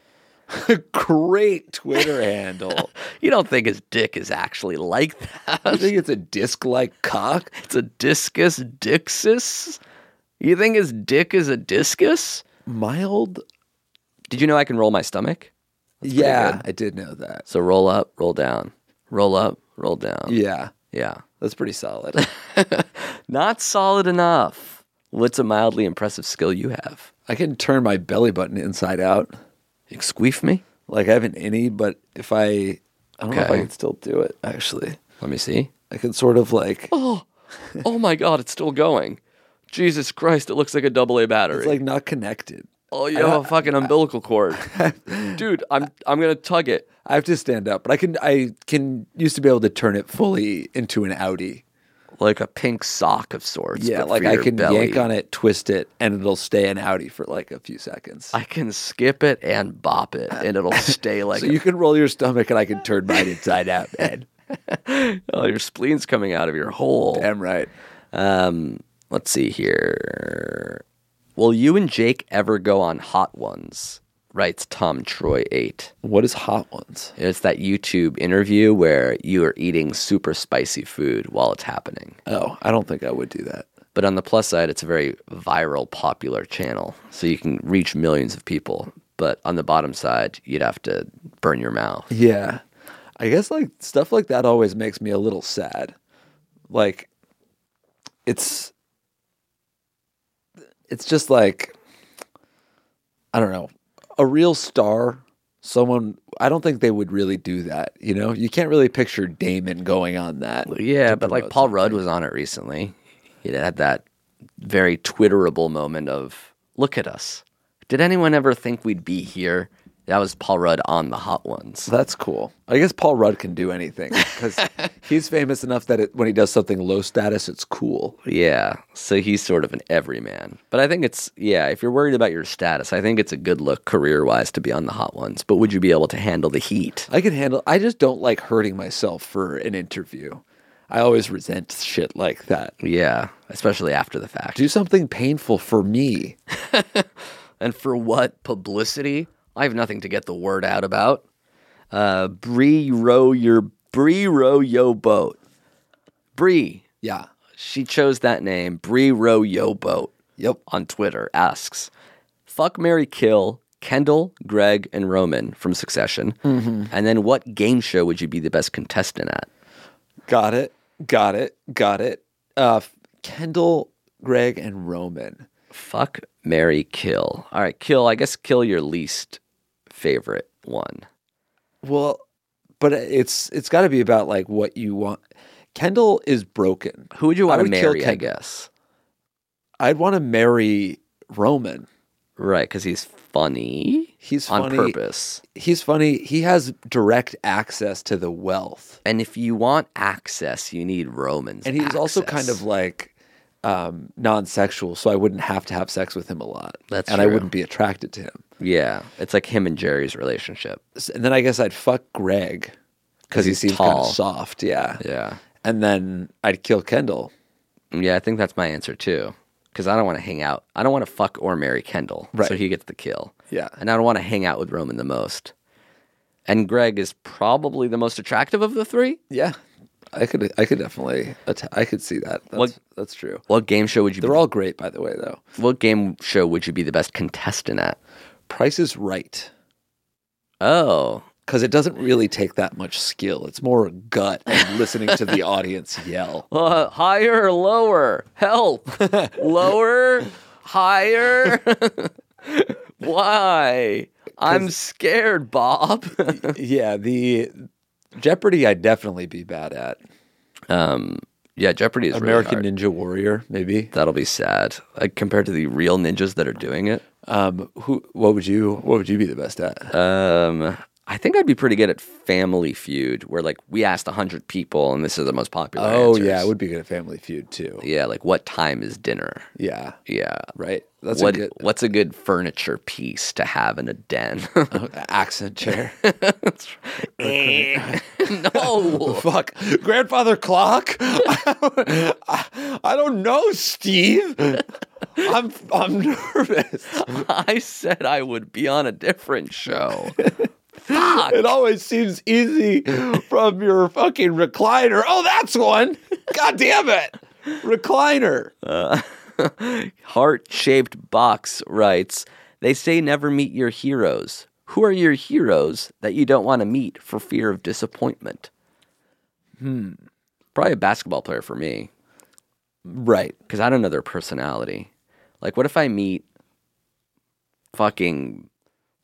[SPEAKER 3] Great Twitter handle.
[SPEAKER 2] You don't think his dick is actually like
[SPEAKER 3] I
[SPEAKER 2] that?
[SPEAKER 3] think it's a disc like cock.
[SPEAKER 2] It's a discus dixus. You think his dick is a discus?
[SPEAKER 3] Mild.
[SPEAKER 2] Did you know I can roll my stomach?
[SPEAKER 3] yeah, I did know that.
[SPEAKER 2] So roll up, roll down, roll up, roll down.
[SPEAKER 3] Yeah,
[SPEAKER 2] yeah.
[SPEAKER 3] that's pretty solid.
[SPEAKER 2] Not solid enough. What's a mildly impressive skill you have?
[SPEAKER 3] I can turn my belly button inside out.
[SPEAKER 2] Squeef me?
[SPEAKER 3] Like I haven't any, but if I, I don't know if I
[SPEAKER 2] Okay.
[SPEAKER 3] can still do it. Actually,
[SPEAKER 2] Let me see.
[SPEAKER 3] I can sort of like
[SPEAKER 2] oh my god, it's still going. Jesus Christ, it looks like a double A battery.
[SPEAKER 3] it's like not connected.
[SPEAKER 2] oh, you have a fucking umbilical cord, dude. I'm I'm gonna tug it.
[SPEAKER 3] I have to stand up, but I can. I can used to be able to turn it fully into an Audi.
[SPEAKER 2] Like a pink sock of sorts.
[SPEAKER 3] yeah,
[SPEAKER 2] but
[SPEAKER 3] like
[SPEAKER 2] for
[SPEAKER 3] I
[SPEAKER 2] your
[SPEAKER 3] can
[SPEAKER 2] belly.
[SPEAKER 3] yank on it, twist it, and it'll stay an Audi for like a few seconds.
[SPEAKER 2] I can skip it and bop it, and it'll stay like.
[SPEAKER 3] so you can roll your stomach, and I can turn mine inside out, man.
[SPEAKER 2] oh, your spleen's coming out of your hole.
[SPEAKER 3] Damn right.
[SPEAKER 2] Um, let's see here. Will you and Jake ever go on Hot Ones? Writes Tom Troy eight.
[SPEAKER 3] What is hot ones?
[SPEAKER 2] It's that YouTube interview where you are eating super spicy food while it's happening.
[SPEAKER 3] Oh, I don't think I would do that.
[SPEAKER 2] But on the plus side, it's a very viral, popular channel. So you can reach millions of people. But on the bottom side, you'd have to burn your mouth.
[SPEAKER 3] Yeah. I guess like stuff like that always makes me a little sad. Like it's it's just like I don't know. A real star, someone I don't think they would really do that, you know? You can't really picture Damon going on that.
[SPEAKER 2] Yeah,
[SPEAKER 3] to
[SPEAKER 2] but like
[SPEAKER 3] promote
[SPEAKER 2] Paul
[SPEAKER 3] something.
[SPEAKER 2] Rudd was on it recently. He had that very Twitterable moment of, look at us. Did anyone ever think we'd be here? That was Paul Rudd on the Hot Ones.
[SPEAKER 3] That's cool. I guess Paul Rudd can do anything cuz he's famous enough that it, when he does something low status it's cool.
[SPEAKER 2] Yeah, so he's sort of an everyman. But I think it's yeah, if you're worried about your status, I think it's a good look career-wise to be on the hot ones. But would you be able to handle the heat?
[SPEAKER 3] I can handle. I just don't like hurting myself for an interview. I always resent shit like that.
[SPEAKER 2] Yeah, especially after the fact.
[SPEAKER 3] Do something painful for me.
[SPEAKER 2] And for what publicity? I have nothing to get the word out about. Uh, Bree row your Bree row yo boat. Bree,
[SPEAKER 3] Yeah.
[SPEAKER 2] she chose that name. Bree row yo boat.
[SPEAKER 3] Yep.
[SPEAKER 2] on Twitter asks, "Fuck Mary Kill." Kendall, Greg, and Roman from Succession. And then what game show would you be the best contestant at?
[SPEAKER 3] Got it. Got it. Got it. Uh, Kendall, Greg, and Roman.
[SPEAKER 2] Fuck Mary Kill. All right, Kill, I guess Kill your least favorite one.
[SPEAKER 3] Well, but it's it's got to be about like what you want. Kendall is broken.
[SPEAKER 2] Who would you
[SPEAKER 3] I
[SPEAKER 2] want to
[SPEAKER 3] would kill
[SPEAKER 2] marry? I
[SPEAKER 3] Ken-
[SPEAKER 2] guess.
[SPEAKER 3] I'd want to marry Roman.
[SPEAKER 2] Right, because he's funny.
[SPEAKER 3] He's
[SPEAKER 2] on
[SPEAKER 3] funny.
[SPEAKER 2] purpose.
[SPEAKER 3] He's funny. He has direct access to the wealth.
[SPEAKER 2] And if you want access, you need Romans.
[SPEAKER 3] and he was also
[SPEAKER 2] access.
[SPEAKER 3] kind of like um, non-sexual, so I wouldn't have to have sex with him a lot,
[SPEAKER 2] That's
[SPEAKER 3] and I
[SPEAKER 2] true.
[SPEAKER 3] wouldn't be attracted to him.
[SPEAKER 2] yeah. It's like him and Jerry's relationship.
[SPEAKER 3] S- And then I guess I'd fuck Greg because he
[SPEAKER 2] he's
[SPEAKER 3] seems kind
[SPEAKER 2] tall.
[SPEAKER 3] of soft, yeah.
[SPEAKER 2] Yeah,
[SPEAKER 3] And then I'd kill Kendall,
[SPEAKER 2] yeah. I think that's my answer too. Because I don't want to hang out. I don't want to fuck or marry Kendall. So
[SPEAKER 3] Right.
[SPEAKER 2] he gets the kill.
[SPEAKER 3] Yeah.
[SPEAKER 2] And I don't want to hang out with Roman the most. And Greg is probably the most attractive of the three.
[SPEAKER 3] yeah. I could, I could definitely, att- I could see that. That's,
[SPEAKER 2] What-
[SPEAKER 3] that's true.
[SPEAKER 2] What game show would you?
[SPEAKER 3] They're
[SPEAKER 2] be,
[SPEAKER 3] all great, by the way, though.
[SPEAKER 2] What game show would you be the best contestant at?
[SPEAKER 3] Price is right
[SPEAKER 2] Oh,
[SPEAKER 3] because it doesn't really take that much skill. It's more gut and listening to the audience yell.
[SPEAKER 2] Uh, higher or lower? Help. lower? Higher? Why? I'm scared, Bob.
[SPEAKER 3] yeah, the Jeopardy, I'd definitely be bad at.
[SPEAKER 2] um, yeah, Jeopardy is
[SPEAKER 3] American
[SPEAKER 2] really hard.
[SPEAKER 3] Ninja Warrior, maybe.
[SPEAKER 2] That'll be sad. Like compared to the real ninjas that are doing it.
[SPEAKER 3] Um, who? What would you? What would you be the best at?
[SPEAKER 2] Um, I think I'd be pretty good at Family Feud, where like we asked hundred people, and this is the most popular.
[SPEAKER 3] oh
[SPEAKER 2] answers.
[SPEAKER 3] yeah, I would be good at Family Feud too.
[SPEAKER 2] Yeah, like what time is dinner?
[SPEAKER 3] Yeah,
[SPEAKER 2] Yeah,
[SPEAKER 3] right. That's
[SPEAKER 2] what
[SPEAKER 3] a good
[SPEAKER 2] what's a good furniture piece to have in a den?
[SPEAKER 3] Oh, accent chair.
[SPEAKER 2] Eh, no.
[SPEAKER 3] Fuck, grandfather clock. I, I don't know, Steve. I'm I'm nervous.
[SPEAKER 2] I said I would be on a different show.
[SPEAKER 3] It always seems easy from your fucking recliner. Oh, that's one. God damn it, recliner.
[SPEAKER 2] Heart shaped Uh, box writes They say never meet your heroes. Who are your heroes that you don't want to meet for fear of disappointment? Hmm. Probably a basketball player for me
[SPEAKER 3] Right.
[SPEAKER 2] because I don't know their personality. Like, what if I meet fucking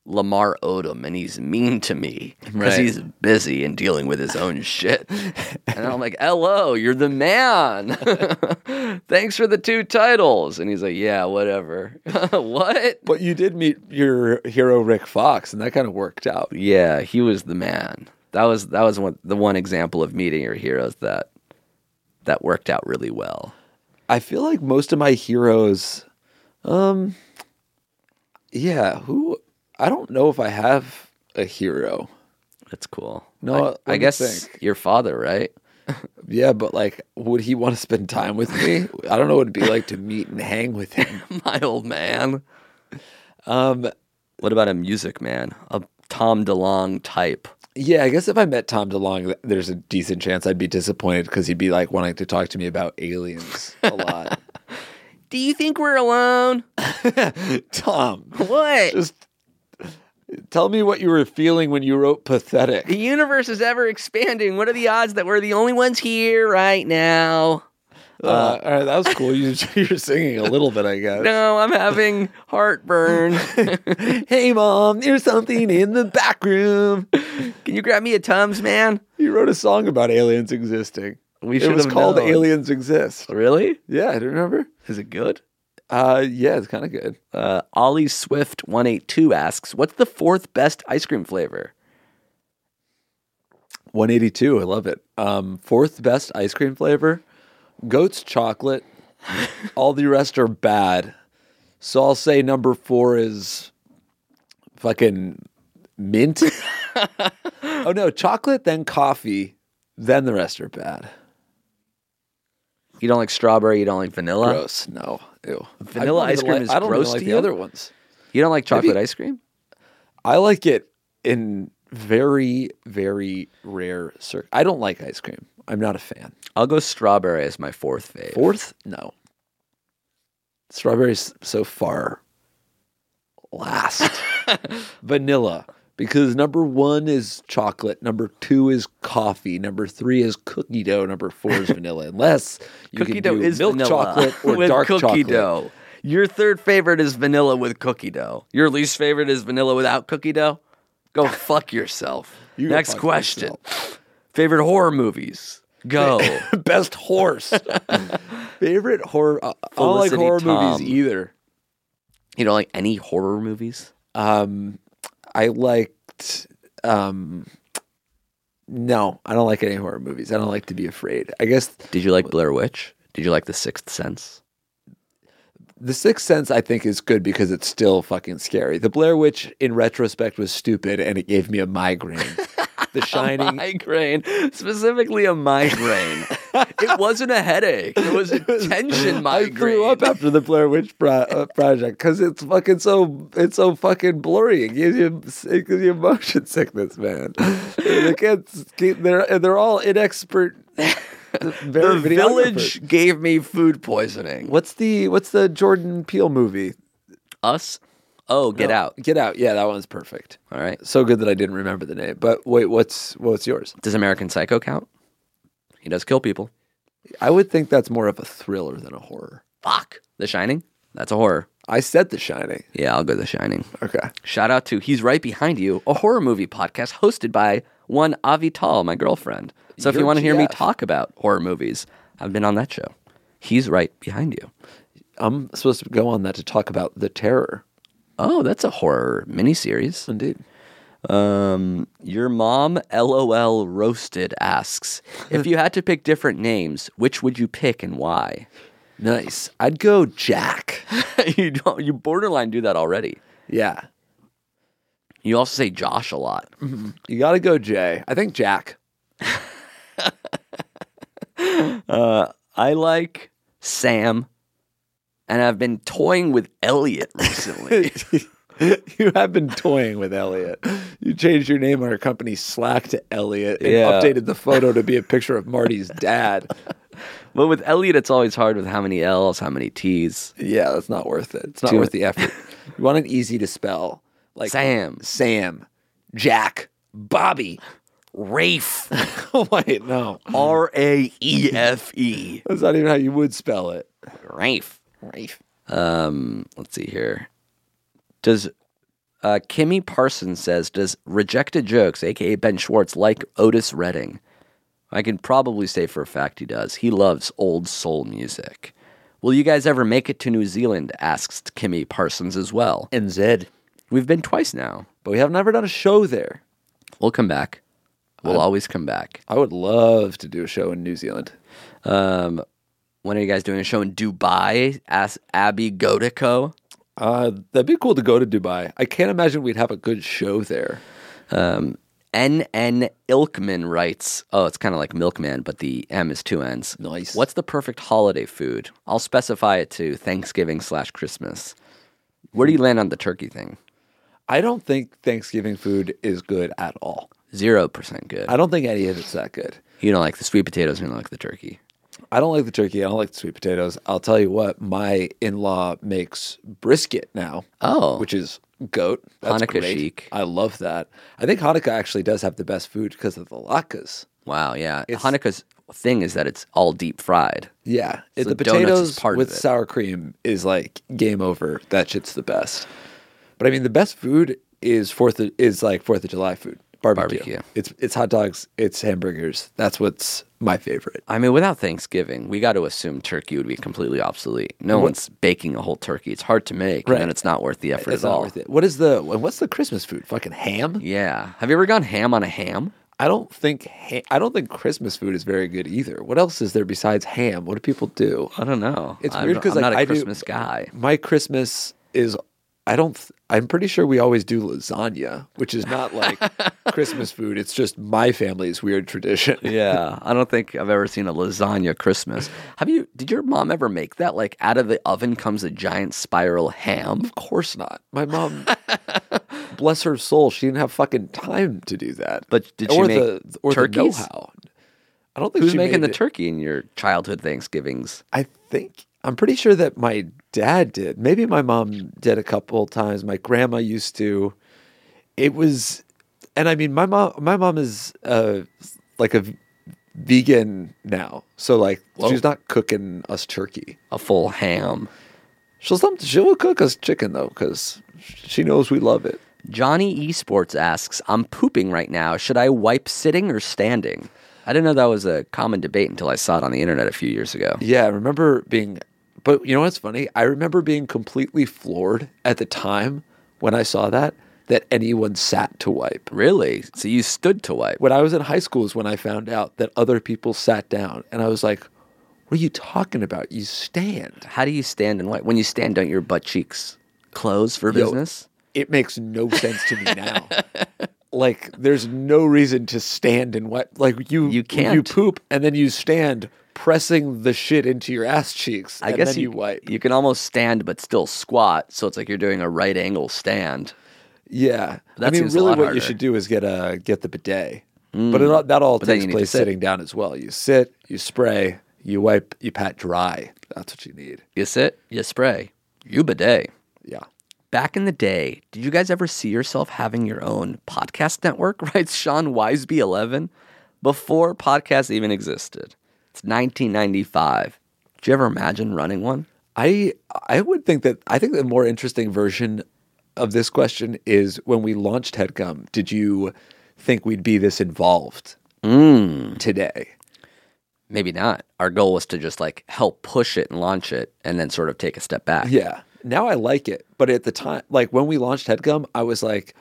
[SPEAKER 2] Lamar Odom and he's mean to me because
[SPEAKER 3] Right.
[SPEAKER 2] he's busy and dealing with his own shit? And I'm like, hello, you're the man. Thanks for the two titles. And he's like, yeah, whatever. what?
[SPEAKER 3] But you did meet your hero Rick Fox, and that kind of worked out.
[SPEAKER 2] Yeah, he was the man. That was that was one the one example of meeting your heroes that that worked out really well.
[SPEAKER 3] I feel like most of my heroes, um, yeah, who I don't know if I have a hero.
[SPEAKER 2] That's cool.
[SPEAKER 3] No,
[SPEAKER 2] I-
[SPEAKER 3] let
[SPEAKER 2] I,
[SPEAKER 3] me
[SPEAKER 2] guess
[SPEAKER 3] think.
[SPEAKER 2] your father, right?
[SPEAKER 3] Yeah, but like, would he want to spend time with me? I don't know what it'd be like to meet and hang with him.
[SPEAKER 2] my old man.
[SPEAKER 3] Um,
[SPEAKER 2] What about a music man? A Tom DeLong type.
[SPEAKER 3] yeah, I guess if I met Tom DeLong, th- there's a decent chance I'd be disappointed because he'd be like wanting to talk to me about aliens a lot.
[SPEAKER 2] Do you think we're alone?
[SPEAKER 3] Tom,
[SPEAKER 2] What?
[SPEAKER 3] just tell me what you were feeling when you wrote pathetic.
[SPEAKER 2] the universe is ever expanding. What are the odds that we're the only ones here right now?
[SPEAKER 3] Uh, all right, that was cool. You, you're singing a little bit, I guess.
[SPEAKER 2] No, I'm having heartburn.
[SPEAKER 3] hey, mom, there's something in the back room.
[SPEAKER 2] Can you grab me a Tums, man?
[SPEAKER 3] You wrote a song about aliens existing.
[SPEAKER 2] We
[SPEAKER 3] it
[SPEAKER 2] should
[SPEAKER 3] was
[SPEAKER 2] have
[SPEAKER 3] called
[SPEAKER 2] known.
[SPEAKER 3] Aliens Exist.
[SPEAKER 2] Really?
[SPEAKER 3] Yeah, I don't remember.
[SPEAKER 2] Is it good?
[SPEAKER 3] Uh, yeah, it's kind of good.
[SPEAKER 2] Uh, Ollie Swift 182 asks, "What's the fourth best ice cream flavor?"
[SPEAKER 3] 182, I love it. Um, fourth best ice cream flavor, goat's chocolate. All the rest are bad. So I'll say number four is fucking mint. oh no, chocolate, then coffee, then the rest are bad.
[SPEAKER 2] You don't like strawberry. You don't like vanilla.
[SPEAKER 3] Gross. No. Ew.
[SPEAKER 2] Vanilla
[SPEAKER 3] I don't
[SPEAKER 2] ice
[SPEAKER 3] even
[SPEAKER 2] cream
[SPEAKER 3] like-
[SPEAKER 2] is
[SPEAKER 3] I don't even
[SPEAKER 2] gross
[SPEAKER 3] like
[SPEAKER 2] to
[SPEAKER 3] the
[SPEAKER 2] you?
[SPEAKER 3] other ones.
[SPEAKER 2] You don't like chocolate
[SPEAKER 3] Maybe-
[SPEAKER 2] ice cream?
[SPEAKER 3] I like it in very, very rare circ. I don't like ice cream. I'm not a fan.
[SPEAKER 2] I'll go strawberry as my fourth fave.
[SPEAKER 3] Fourth, no. Strawberries so far last. Vanilla. Because number one is chocolate, number two is coffee, number three is cookie dough, number four is vanilla. Unless you
[SPEAKER 2] cookie
[SPEAKER 3] can
[SPEAKER 2] dough
[SPEAKER 3] do
[SPEAKER 2] is
[SPEAKER 3] milk
[SPEAKER 2] vanilla
[SPEAKER 3] chocolate or
[SPEAKER 2] with
[SPEAKER 3] dark
[SPEAKER 2] cookie
[SPEAKER 3] chocolate.
[SPEAKER 2] dough. Your third favorite is vanilla with cookie dough. Your least favorite is vanilla without cookie dough. Go fuck yourself.
[SPEAKER 3] You
[SPEAKER 2] Next
[SPEAKER 3] fuck
[SPEAKER 2] question. Favorite horror movies? Go.
[SPEAKER 3] Best horse. Favorite horror. uh, I I don't like
[SPEAKER 2] Felicity
[SPEAKER 3] horror
[SPEAKER 2] Tom.
[SPEAKER 3] movies either.
[SPEAKER 2] you don't like any horror movies?
[SPEAKER 3] Um, I liked. Um, no, I don't like any horror movies. I don't like to be afraid. I guess
[SPEAKER 2] Did you like Blair Witch? Did you like The Sixth Sense?
[SPEAKER 3] The Sixth Sense, I think, is good because it's still fucking scary. The Blair Witch, in retrospect, was stupid and it gave me a migraine. The Shining,
[SPEAKER 2] Migraine, specifically a migraine. it wasn't a headache. It was a tension
[SPEAKER 3] I
[SPEAKER 2] migraine.
[SPEAKER 3] grew up after the Blair Witch pro- uh, Project because it's fucking so it's so fucking blurry. It gives you it gives you motion sickness, man. the kids, they're and they're all inexpert.
[SPEAKER 2] the village gave me food poisoning.
[SPEAKER 3] What's the what's the Jordan Peele movie?
[SPEAKER 2] Us? Oh, get out.
[SPEAKER 3] Get out. Yeah, that one's perfect.
[SPEAKER 2] All right.
[SPEAKER 3] So good that I didn't remember the name. But wait, what's what's yours?
[SPEAKER 2] Does American Psycho count? He does kill people.
[SPEAKER 3] I would think that's more of a thriller than a horror.
[SPEAKER 2] Fuck. The Shining? That's a horror.
[SPEAKER 3] I said The Shining.
[SPEAKER 2] Yeah, I'll go The Shining.
[SPEAKER 3] Okay.
[SPEAKER 2] Shout out to He's Right Behind You, a horror movie podcast hosted by one Avi Tal, my girlfriend. So if
[SPEAKER 3] Your
[SPEAKER 2] you want to hear me
[SPEAKER 3] GF.
[SPEAKER 2] talk about horror movies, I've been on that show. He's Right Behind You.
[SPEAKER 3] I'm supposed to go on that to talk about The Terror.
[SPEAKER 2] Oh, that's a horror miniseries.
[SPEAKER 3] Indeed.
[SPEAKER 2] Um, your mom, LOL Roasted, asks If you had to pick different names, which would you pick and why?
[SPEAKER 3] Nice. I'd go Jack.
[SPEAKER 2] you, don't, you borderline do that already.
[SPEAKER 3] Yeah.
[SPEAKER 2] You also say Josh a lot.
[SPEAKER 3] You got to go Jay. I think Jack.
[SPEAKER 2] I like Sam, and I've been toying with Elliot recently.
[SPEAKER 3] you have been toying with Elliot. You changed your name on our company Slack to Elliot and
[SPEAKER 2] Yeah.
[SPEAKER 3] updated the photo to be a picture of Marty's dad.
[SPEAKER 2] but with Elliot, it's always hard with how many L's, how many T's.
[SPEAKER 3] Yeah, that's not worth it. It's not
[SPEAKER 2] Too-
[SPEAKER 3] worth the effort. you want an easy to spell. Like
[SPEAKER 2] Sam.
[SPEAKER 3] Sam, Jack, Bobby.
[SPEAKER 2] Rafe,
[SPEAKER 3] Wait, no.
[SPEAKER 2] R A E F E.
[SPEAKER 3] That's not even how you would spell it.
[SPEAKER 2] Rafe. Rafe. Um, let's see here. Does uh, Kimmy Parsons says, does rejected jokes, aka Ben Schwartz, like Otis Redding? I can probably say for a fact he does. He loves old soul music. Will you guys ever make it to New Zealand? asks Kimmy Parsons as well.
[SPEAKER 3] And Zed.
[SPEAKER 2] We've been twice now.
[SPEAKER 3] But we have never done a show there.
[SPEAKER 2] We'll come back. We'll always come back.
[SPEAKER 3] I would love to do a show in New Zealand.
[SPEAKER 2] Um, when are you guys doing a show in Dubai? asks Abby Godico.
[SPEAKER 3] Uh, that'd be cool to go to Dubai. I can't imagine we'd have a good show there.
[SPEAKER 2] NN Ilkman writes, oh, it's kind of like Milkman, but the M is two N's.
[SPEAKER 3] Nice.
[SPEAKER 2] What's the perfect holiday food? I'll specify it to Thanksgiving slash Christmas. Where do you land on the turkey thing?
[SPEAKER 3] I don't think Thanksgiving food is good at all.
[SPEAKER 2] Zero percent good.
[SPEAKER 3] I don't think any of it's that good.
[SPEAKER 2] You don't like the sweet potatoes, you don't like the turkey.
[SPEAKER 3] I don't like the turkey. I don't like the sweet potatoes. I'll tell you what, my in law makes brisket now.
[SPEAKER 2] Oh.
[SPEAKER 3] Which is goat. That's
[SPEAKER 2] Hanukkah
[SPEAKER 3] great.
[SPEAKER 2] chic.
[SPEAKER 3] I love that. I think Hanukkah actually does have the best food because of the latkes.
[SPEAKER 2] Wow, yeah.
[SPEAKER 3] It's-
[SPEAKER 2] Hanukkah's thing is that it's all deep fried.
[SPEAKER 3] Yeah. If
[SPEAKER 2] So
[SPEAKER 3] the
[SPEAKER 2] donuts is
[SPEAKER 3] potatoes
[SPEAKER 2] part of
[SPEAKER 3] with
[SPEAKER 2] it.
[SPEAKER 3] sour cream is like game over. That shit's the best. But I mean the best food is fourth of, is like fourth of July food. Barbecue.
[SPEAKER 2] Barbecue.
[SPEAKER 3] It's it's hot dogs, it's hamburgers. That's what's my favorite.
[SPEAKER 2] I mean, without Thanksgiving, we got to assume turkey would be completely obsolete. No one's baking a whole turkey. It's hard to make,
[SPEAKER 3] Right.
[SPEAKER 2] and then it's not worth the effort
[SPEAKER 3] It's
[SPEAKER 2] at
[SPEAKER 3] not
[SPEAKER 2] all.
[SPEAKER 3] worth it. What is the what's the Christmas food? Fucking ham?
[SPEAKER 2] Yeah. Have you ever gone ham on a ham?
[SPEAKER 3] I don't think ha- I don't think Christmas food is very good either. What else is there besides ham? What do people do?
[SPEAKER 2] I don't know.
[SPEAKER 3] It's
[SPEAKER 2] I'm-
[SPEAKER 3] weird because
[SPEAKER 2] I'm not
[SPEAKER 3] like
[SPEAKER 2] a
[SPEAKER 3] I do-
[SPEAKER 2] Christmas guy.
[SPEAKER 3] My Christmas is I don't. th- I'm pretty sure we always do lasagna, which is not like Christmas food. It's just my family's weird tradition.
[SPEAKER 2] Yeah, I don't think I've ever seen a lasagna Christmas. Have you? Did your mom ever make that? Like out of the oven comes a giant spiral ham.
[SPEAKER 3] Of course not. My mom, bless her soul, she didn't have fucking time to do that.
[SPEAKER 2] But did she
[SPEAKER 3] or
[SPEAKER 2] make
[SPEAKER 3] the, or
[SPEAKER 2] turkeys?
[SPEAKER 3] The know-how. I don't think
[SPEAKER 2] Who's
[SPEAKER 3] she
[SPEAKER 2] making the
[SPEAKER 3] made it.
[SPEAKER 2] turkey in your childhood Thanksgivings?
[SPEAKER 3] I think I'm pretty sure that my dad did. Maybe my mom did a couple times. My grandma used to. It was, and I mean, my mom. My mom is uh, like a v- vegan now, so like she's not cooking us turkey.
[SPEAKER 2] A full ham.
[SPEAKER 3] She'll some she will cook us chicken though, because she knows we love it.
[SPEAKER 2] Johnny Esports asks, I'm pooping right now. Should I wipe sitting or standing? I didn't know that was a common debate until I saw it on the internet a few years ago.
[SPEAKER 3] Yeah, I remember being, but you know what's funny? I remember being completely floored at the time when I saw that, that anyone sat to wipe.
[SPEAKER 2] Really? So you stood to wipe.
[SPEAKER 3] When I was in high school is when I found out that other people sat down. And I was like, what are you talking about? You stand.
[SPEAKER 2] How do you stand and wipe? When you stand, don't your butt cheeks close for
[SPEAKER 3] Yo,
[SPEAKER 2] business?
[SPEAKER 3] It makes no sense to me now. like, there's no reason to stand and wipe. Like, you,
[SPEAKER 2] You
[SPEAKER 3] You
[SPEAKER 2] can't.
[SPEAKER 3] poop and then you stand pressing the shit into your ass cheeks.
[SPEAKER 2] I
[SPEAKER 3] and
[SPEAKER 2] guess
[SPEAKER 3] then you wipe.
[SPEAKER 2] You can almost stand but still squat, so it's like you're doing a right angle stand.
[SPEAKER 3] Yeah,
[SPEAKER 2] That
[SPEAKER 3] I mean,
[SPEAKER 2] seems a
[SPEAKER 3] really,
[SPEAKER 2] lot
[SPEAKER 3] what
[SPEAKER 2] harder. Hmm.
[SPEAKER 3] you should do is get a get the bidet, but it, all- that all
[SPEAKER 2] then
[SPEAKER 3] takes
[SPEAKER 2] you need to
[SPEAKER 3] place
[SPEAKER 2] sit.
[SPEAKER 3] sitting down as well. You sit, you spray, you wipe, you pat dry. That's what you need.
[SPEAKER 2] You sit, you spray, you bidet.
[SPEAKER 3] Yeah,
[SPEAKER 2] Back in the day, did you guys ever see yourself having your own podcast network? Writes Sean Wiseby11 before podcasts even existed. It's 1995. Did you ever imagine running one?
[SPEAKER 3] I I would think that I think the more interesting version of this question is when we launched Headgum. Did you think we'd be this involved Hmm. today?
[SPEAKER 2] Maybe not. Our goal was to just like help push it and launch it and then sort of take a step back.
[SPEAKER 3] Yeah. Now I like it, but at the time, like when we launched Headgum, I was like,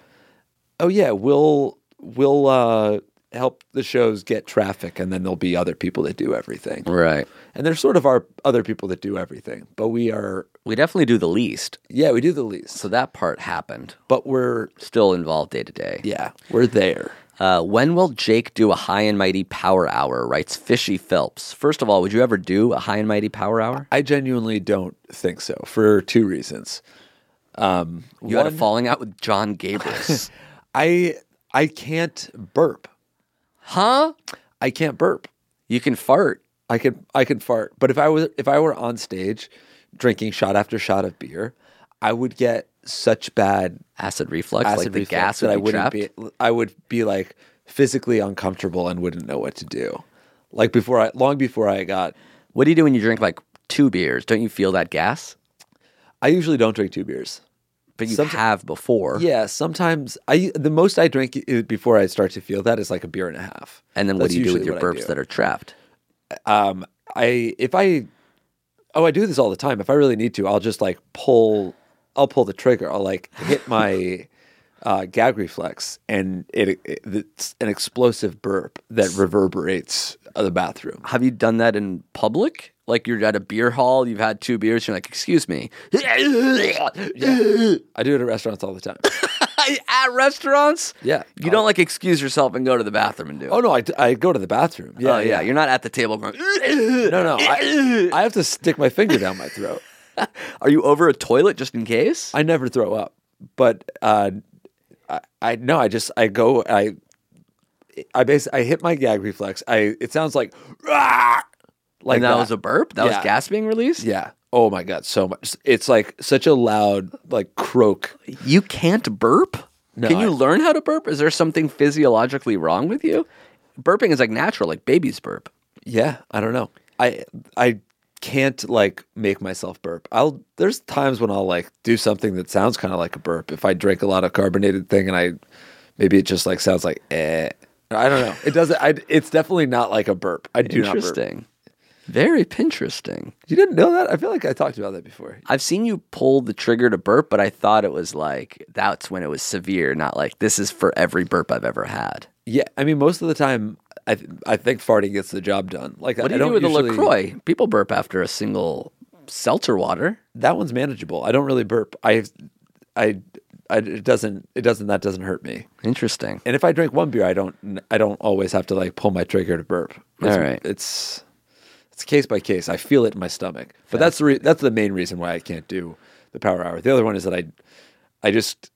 [SPEAKER 3] "Oh yeah, we'll we'll uh, help the shows get traffic, and then there'll be other people that do everything."
[SPEAKER 2] Right.
[SPEAKER 3] And there's sort of our other people that do everything, but we are
[SPEAKER 2] We definitely do the least.
[SPEAKER 3] yeah, we do the least,
[SPEAKER 2] So that part happened.
[SPEAKER 3] but we're
[SPEAKER 2] Still involved day to day.
[SPEAKER 3] yeah, we're there.
[SPEAKER 2] Uh, when will Jake do a high and mighty power hour? Writes Fishy Phelps. First of all, would you ever do a high and mighty power hour?
[SPEAKER 3] I genuinely don't think so for two reasons. Um,
[SPEAKER 2] You had a falling out with John Gabrus.
[SPEAKER 3] I I can't burp.
[SPEAKER 2] huh?
[SPEAKER 3] I can't burp.
[SPEAKER 2] You can fart.
[SPEAKER 3] I could I could fart, but if I was if I were on stage drinking shot after shot of beer, I would get such bad
[SPEAKER 2] Acid reflux,
[SPEAKER 3] acid
[SPEAKER 2] like the
[SPEAKER 3] reflux
[SPEAKER 2] gas
[SPEAKER 3] that
[SPEAKER 2] would
[SPEAKER 3] I
[SPEAKER 2] be
[SPEAKER 3] wouldn't
[SPEAKER 2] trapped.
[SPEAKER 3] be I would be like physically uncomfortable and wouldn't know what to do. Like before I long before I got
[SPEAKER 2] What do you do when you drink like two beers? Don't you feel that gas?
[SPEAKER 3] I usually don't drink two beers.
[SPEAKER 2] But you
[SPEAKER 3] Somet-
[SPEAKER 2] have before.
[SPEAKER 3] Yeah, sometimes I the most I drink i- before I start to feel that is like a beer and a half.
[SPEAKER 2] And then what
[SPEAKER 3] That's
[SPEAKER 2] do you do with
[SPEAKER 3] usually
[SPEAKER 2] your
[SPEAKER 3] what I
[SPEAKER 2] burps
[SPEAKER 3] do.
[SPEAKER 2] that are trapped?
[SPEAKER 3] um i if i oh i do this all the time if i really need to i'll just like pull i'll pull the trigger i'll like hit my uh gag reflex and it, it- it's an explosive burp that reverberates the bathroom
[SPEAKER 2] Have you done that in public? Like you're at a beer hall, you've had two beers, you're like, excuse me.
[SPEAKER 3] i do it at restaurants all the time
[SPEAKER 2] at restaurants?
[SPEAKER 3] Yeah.
[SPEAKER 2] You don't like excuse yourself and go to the bathroom and do it.
[SPEAKER 3] oh no i, d- I go to the bathroom yeah
[SPEAKER 2] Oh, yeah. You're not at the table going,
[SPEAKER 3] no no I, I have to stick my finger down my throat
[SPEAKER 2] are you over a toilet just in case?
[SPEAKER 3] I never throw up, but uh, I, I no, I just I go I I basically I hit my gag reflex. I it sounds like "Rah!" like
[SPEAKER 2] and that, was a burp? That was
[SPEAKER 3] Yeah.
[SPEAKER 2] gas being released?
[SPEAKER 3] yeah. Oh my god, so much. It's like such a loud like croak.
[SPEAKER 2] You can't burp?
[SPEAKER 3] No,
[SPEAKER 2] Can you
[SPEAKER 3] I-
[SPEAKER 2] learn how to burp? Is there something physiologically wrong with you? Burping is like natural, like babies burp.
[SPEAKER 3] Yeah, I don't know. I I can't like make myself burp. I'll there's times when I'll like do something that sounds kind of like a burp. If I drink a lot of carbonated thing and I maybe it just like sounds like eh. I don't know. It doesn't. I, it's definitely not like a burp. I do not burp.
[SPEAKER 2] Interesting. Very Pinteresting.
[SPEAKER 3] You didn't know that? I feel like I talked about that before.
[SPEAKER 2] I've seen you pull the trigger to burp, but I thought it was like that's when it was severe, not like this is for every burp I've ever had.
[SPEAKER 3] Yeah, I mean, most of the time, I th- I think farting gets the job done. Like,
[SPEAKER 2] What do
[SPEAKER 3] I
[SPEAKER 2] you
[SPEAKER 3] don't
[SPEAKER 2] do with
[SPEAKER 3] usually,
[SPEAKER 2] a Lacroix? People burp after a single seltzer water.
[SPEAKER 3] That one's manageable. I don't really burp. I, I, I it doesn't it doesn't that doesn't hurt me.
[SPEAKER 2] Interesting.
[SPEAKER 3] And if I drink one beer, I don't I don't always have to like pull my trigger to burp. It's,
[SPEAKER 2] All right.
[SPEAKER 3] it's it's case by case. I feel it in my stomach, but that's the re- that's the main reason why I can't do the power hour. The other one is that I I just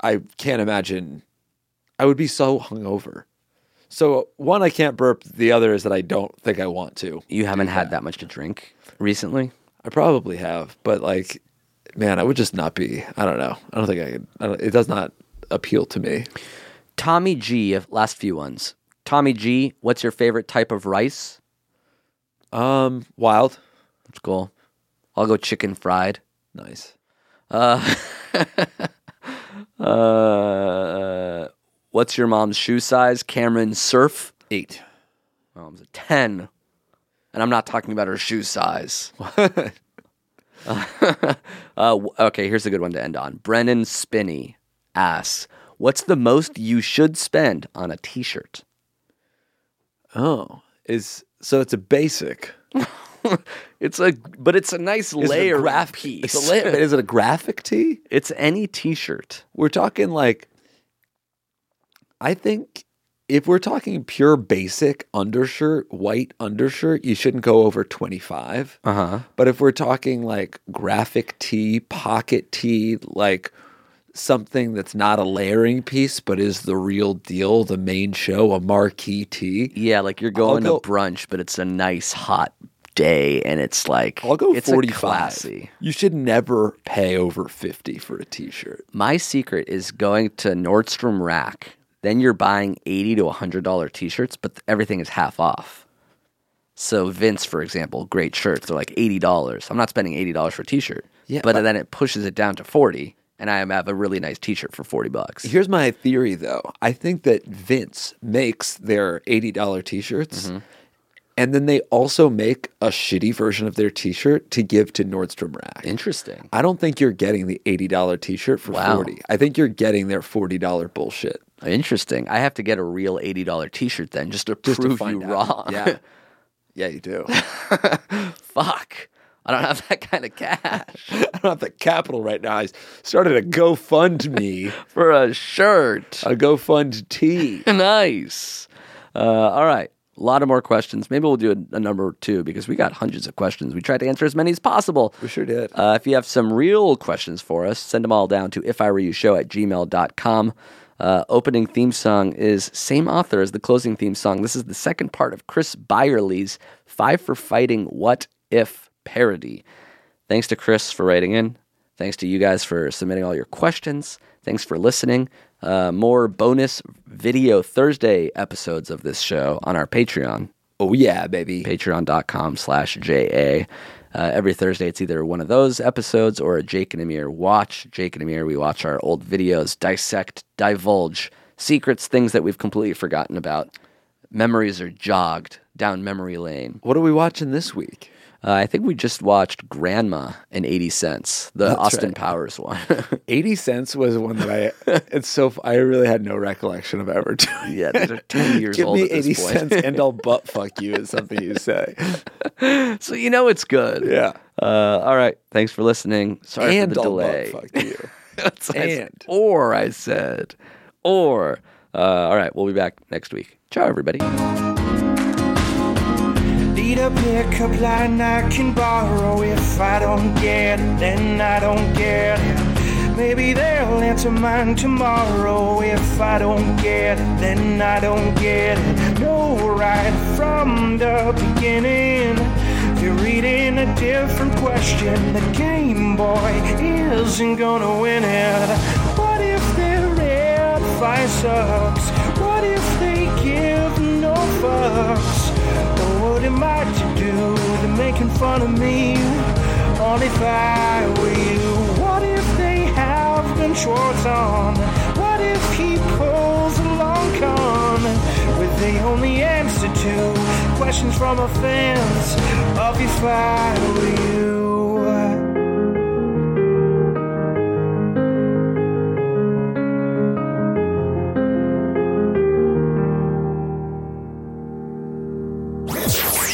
[SPEAKER 3] I can't imagine. I would be so hungover. So one, I can't burp. The other is that I don't think I want to.
[SPEAKER 2] You haven't had that much to drink recently.
[SPEAKER 3] I probably have, but like, man, I would just not be. I don't know. I don't think I. Could, I don't, it does not appeal to me.
[SPEAKER 2] Tommy G, of last few ones. Tommy G, what's your favorite type of rice?
[SPEAKER 3] Um, wild,
[SPEAKER 2] That's cool. I'll go chicken fried.
[SPEAKER 3] nice.
[SPEAKER 2] Uh, Uh, what's your mom's shoe size? Cameron Surf? Eight. Mom's a 10. And I'm not talking about her shoe size. Uh, w- okay, here's a good one to end on. Brennan Spinney asks, What's the most you should spend on a t shirt?
[SPEAKER 3] Oh, is so it's a basic
[SPEAKER 2] It's a, but it's a nice
[SPEAKER 3] Is it a
[SPEAKER 2] layer of
[SPEAKER 3] graph-
[SPEAKER 2] piece.
[SPEAKER 3] It's a layer, but is it a graphic tee?
[SPEAKER 2] It's any t shirt.
[SPEAKER 3] We're talking like, I think if we're talking pure basic undershirt, white undershirt, you shouldn't go over twenty five.
[SPEAKER 2] Uh huh.
[SPEAKER 3] But if we're talking like graphic tee, pocket tee, like something that's not a layering piece but is the real deal, the main show, a marquee tee,
[SPEAKER 2] Yeah, like you're going
[SPEAKER 3] go-
[SPEAKER 2] to brunch, but it's a nice hot day and it's like,
[SPEAKER 3] I'll go
[SPEAKER 2] it's a
[SPEAKER 3] forty five.
[SPEAKER 2] classy.
[SPEAKER 3] You should never pay over fifty for a t shirt.
[SPEAKER 2] My secret is going to Nordstrom Rack. Then you're buying eighty to hundred dollar t-shirts, but everything is half off. So Vince, for example, great shirts. They're like eighty dollars. I'm not spending eighty dollars for a t-shirt.
[SPEAKER 3] Yeah,
[SPEAKER 2] but,
[SPEAKER 3] but-
[SPEAKER 2] then it pushes it down to forty, and I have a really nice t-shirt for forty bucks.
[SPEAKER 3] Here's my theory, though. I think that Vince makes their $80 t shirts,
[SPEAKER 2] Mm-hmm.
[SPEAKER 3] and then they also make a shitty version of their t shirt to give to Nordstrom Rack.
[SPEAKER 2] Interesting.
[SPEAKER 3] I don't think you're getting the $80 t shirt for
[SPEAKER 2] Wow.
[SPEAKER 3] 40 I think you're getting their $40 bullshit.
[SPEAKER 2] Interesting. I have to get a real eighty dollar t-shirt then, just to
[SPEAKER 3] Just
[SPEAKER 2] prove
[SPEAKER 3] to find
[SPEAKER 2] you
[SPEAKER 3] out.
[SPEAKER 2] wrong.
[SPEAKER 3] Yeah. Yeah, you do.
[SPEAKER 2] Fuck. I don't have that kind of cash
[SPEAKER 3] I don't have the capital right now. I started a GoFundMe,
[SPEAKER 2] for a shirt.
[SPEAKER 3] a GoFund T.
[SPEAKER 2] nice. Uh, all right. A lot of more questions. Maybe we'll do a, a number two because we got hundreds of questions. We tried to answer as many as possible.
[SPEAKER 3] We sure did.
[SPEAKER 2] Uh, if you have some real questions for us, send them all down to if I were you show at gmail.com. Uh, opening theme song is same author as the closing theme song. This is the second part of Chris Byerly's Five for Fighting What If parody. Thanks to Chris for writing in. Thanks to you guys for submitting all your questions. Thanks for listening. Uh, more bonus video Thursday episodes of this show on our Patreon
[SPEAKER 3] Oh, yeah, baby.
[SPEAKER 2] patreon.com slash ja uh, every thursday it's either one of those episodes or a jake and amir watch jake and amir we watch our old videos dissect divulge secrets things that we've completely forgotten about memories are jogged down memory lane
[SPEAKER 3] What are we watching this week?
[SPEAKER 2] uh, i think we just watched grandma and 80 cents the austin
[SPEAKER 3] right.
[SPEAKER 2] powers one
[SPEAKER 3] 80 cents was one that I it's so f- I really had no recollection of ever doing.
[SPEAKER 2] yeah these are 10 years
[SPEAKER 3] Give
[SPEAKER 2] old
[SPEAKER 3] me
[SPEAKER 2] at this
[SPEAKER 3] 80
[SPEAKER 2] point
[SPEAKER 3] cents and I'll butt fuck you is something you say.
[SPEAKER 2] so you know it's good
[SPEAKER 3] Yeah.
[SPEAKER 2] uh, all right thanks for listening sorry
[SPEAKER 3] and
[SPEAKER 2] for the
[SPEAKER 3] I'll
[SPEAKER 2] delay
[SPEAKER 3] butt fuck you.
[SPEAKER 2] That's what I s-
[SPEAKER 3] And.
[SPEAKER 2] or I said, or. Uh, all right, we'll be back next week. Ciao, everybody.
[SPEAKER 1] Need a pickup line I can borrow if I don't get it, then I don't get it. Maybe they'll answer mine tomorrow if I don't get it, then I don't get it. No, right from the beginning, you're reading a different question. The Game Boy isn't gonna win it. What if they're advice ups? What if they give no fucks? But what am I to do? They're making fun of me. Only if I were you. What if they have been shorts on? What if he pulls a long con? With the only answer to questions from a fence of if I were you.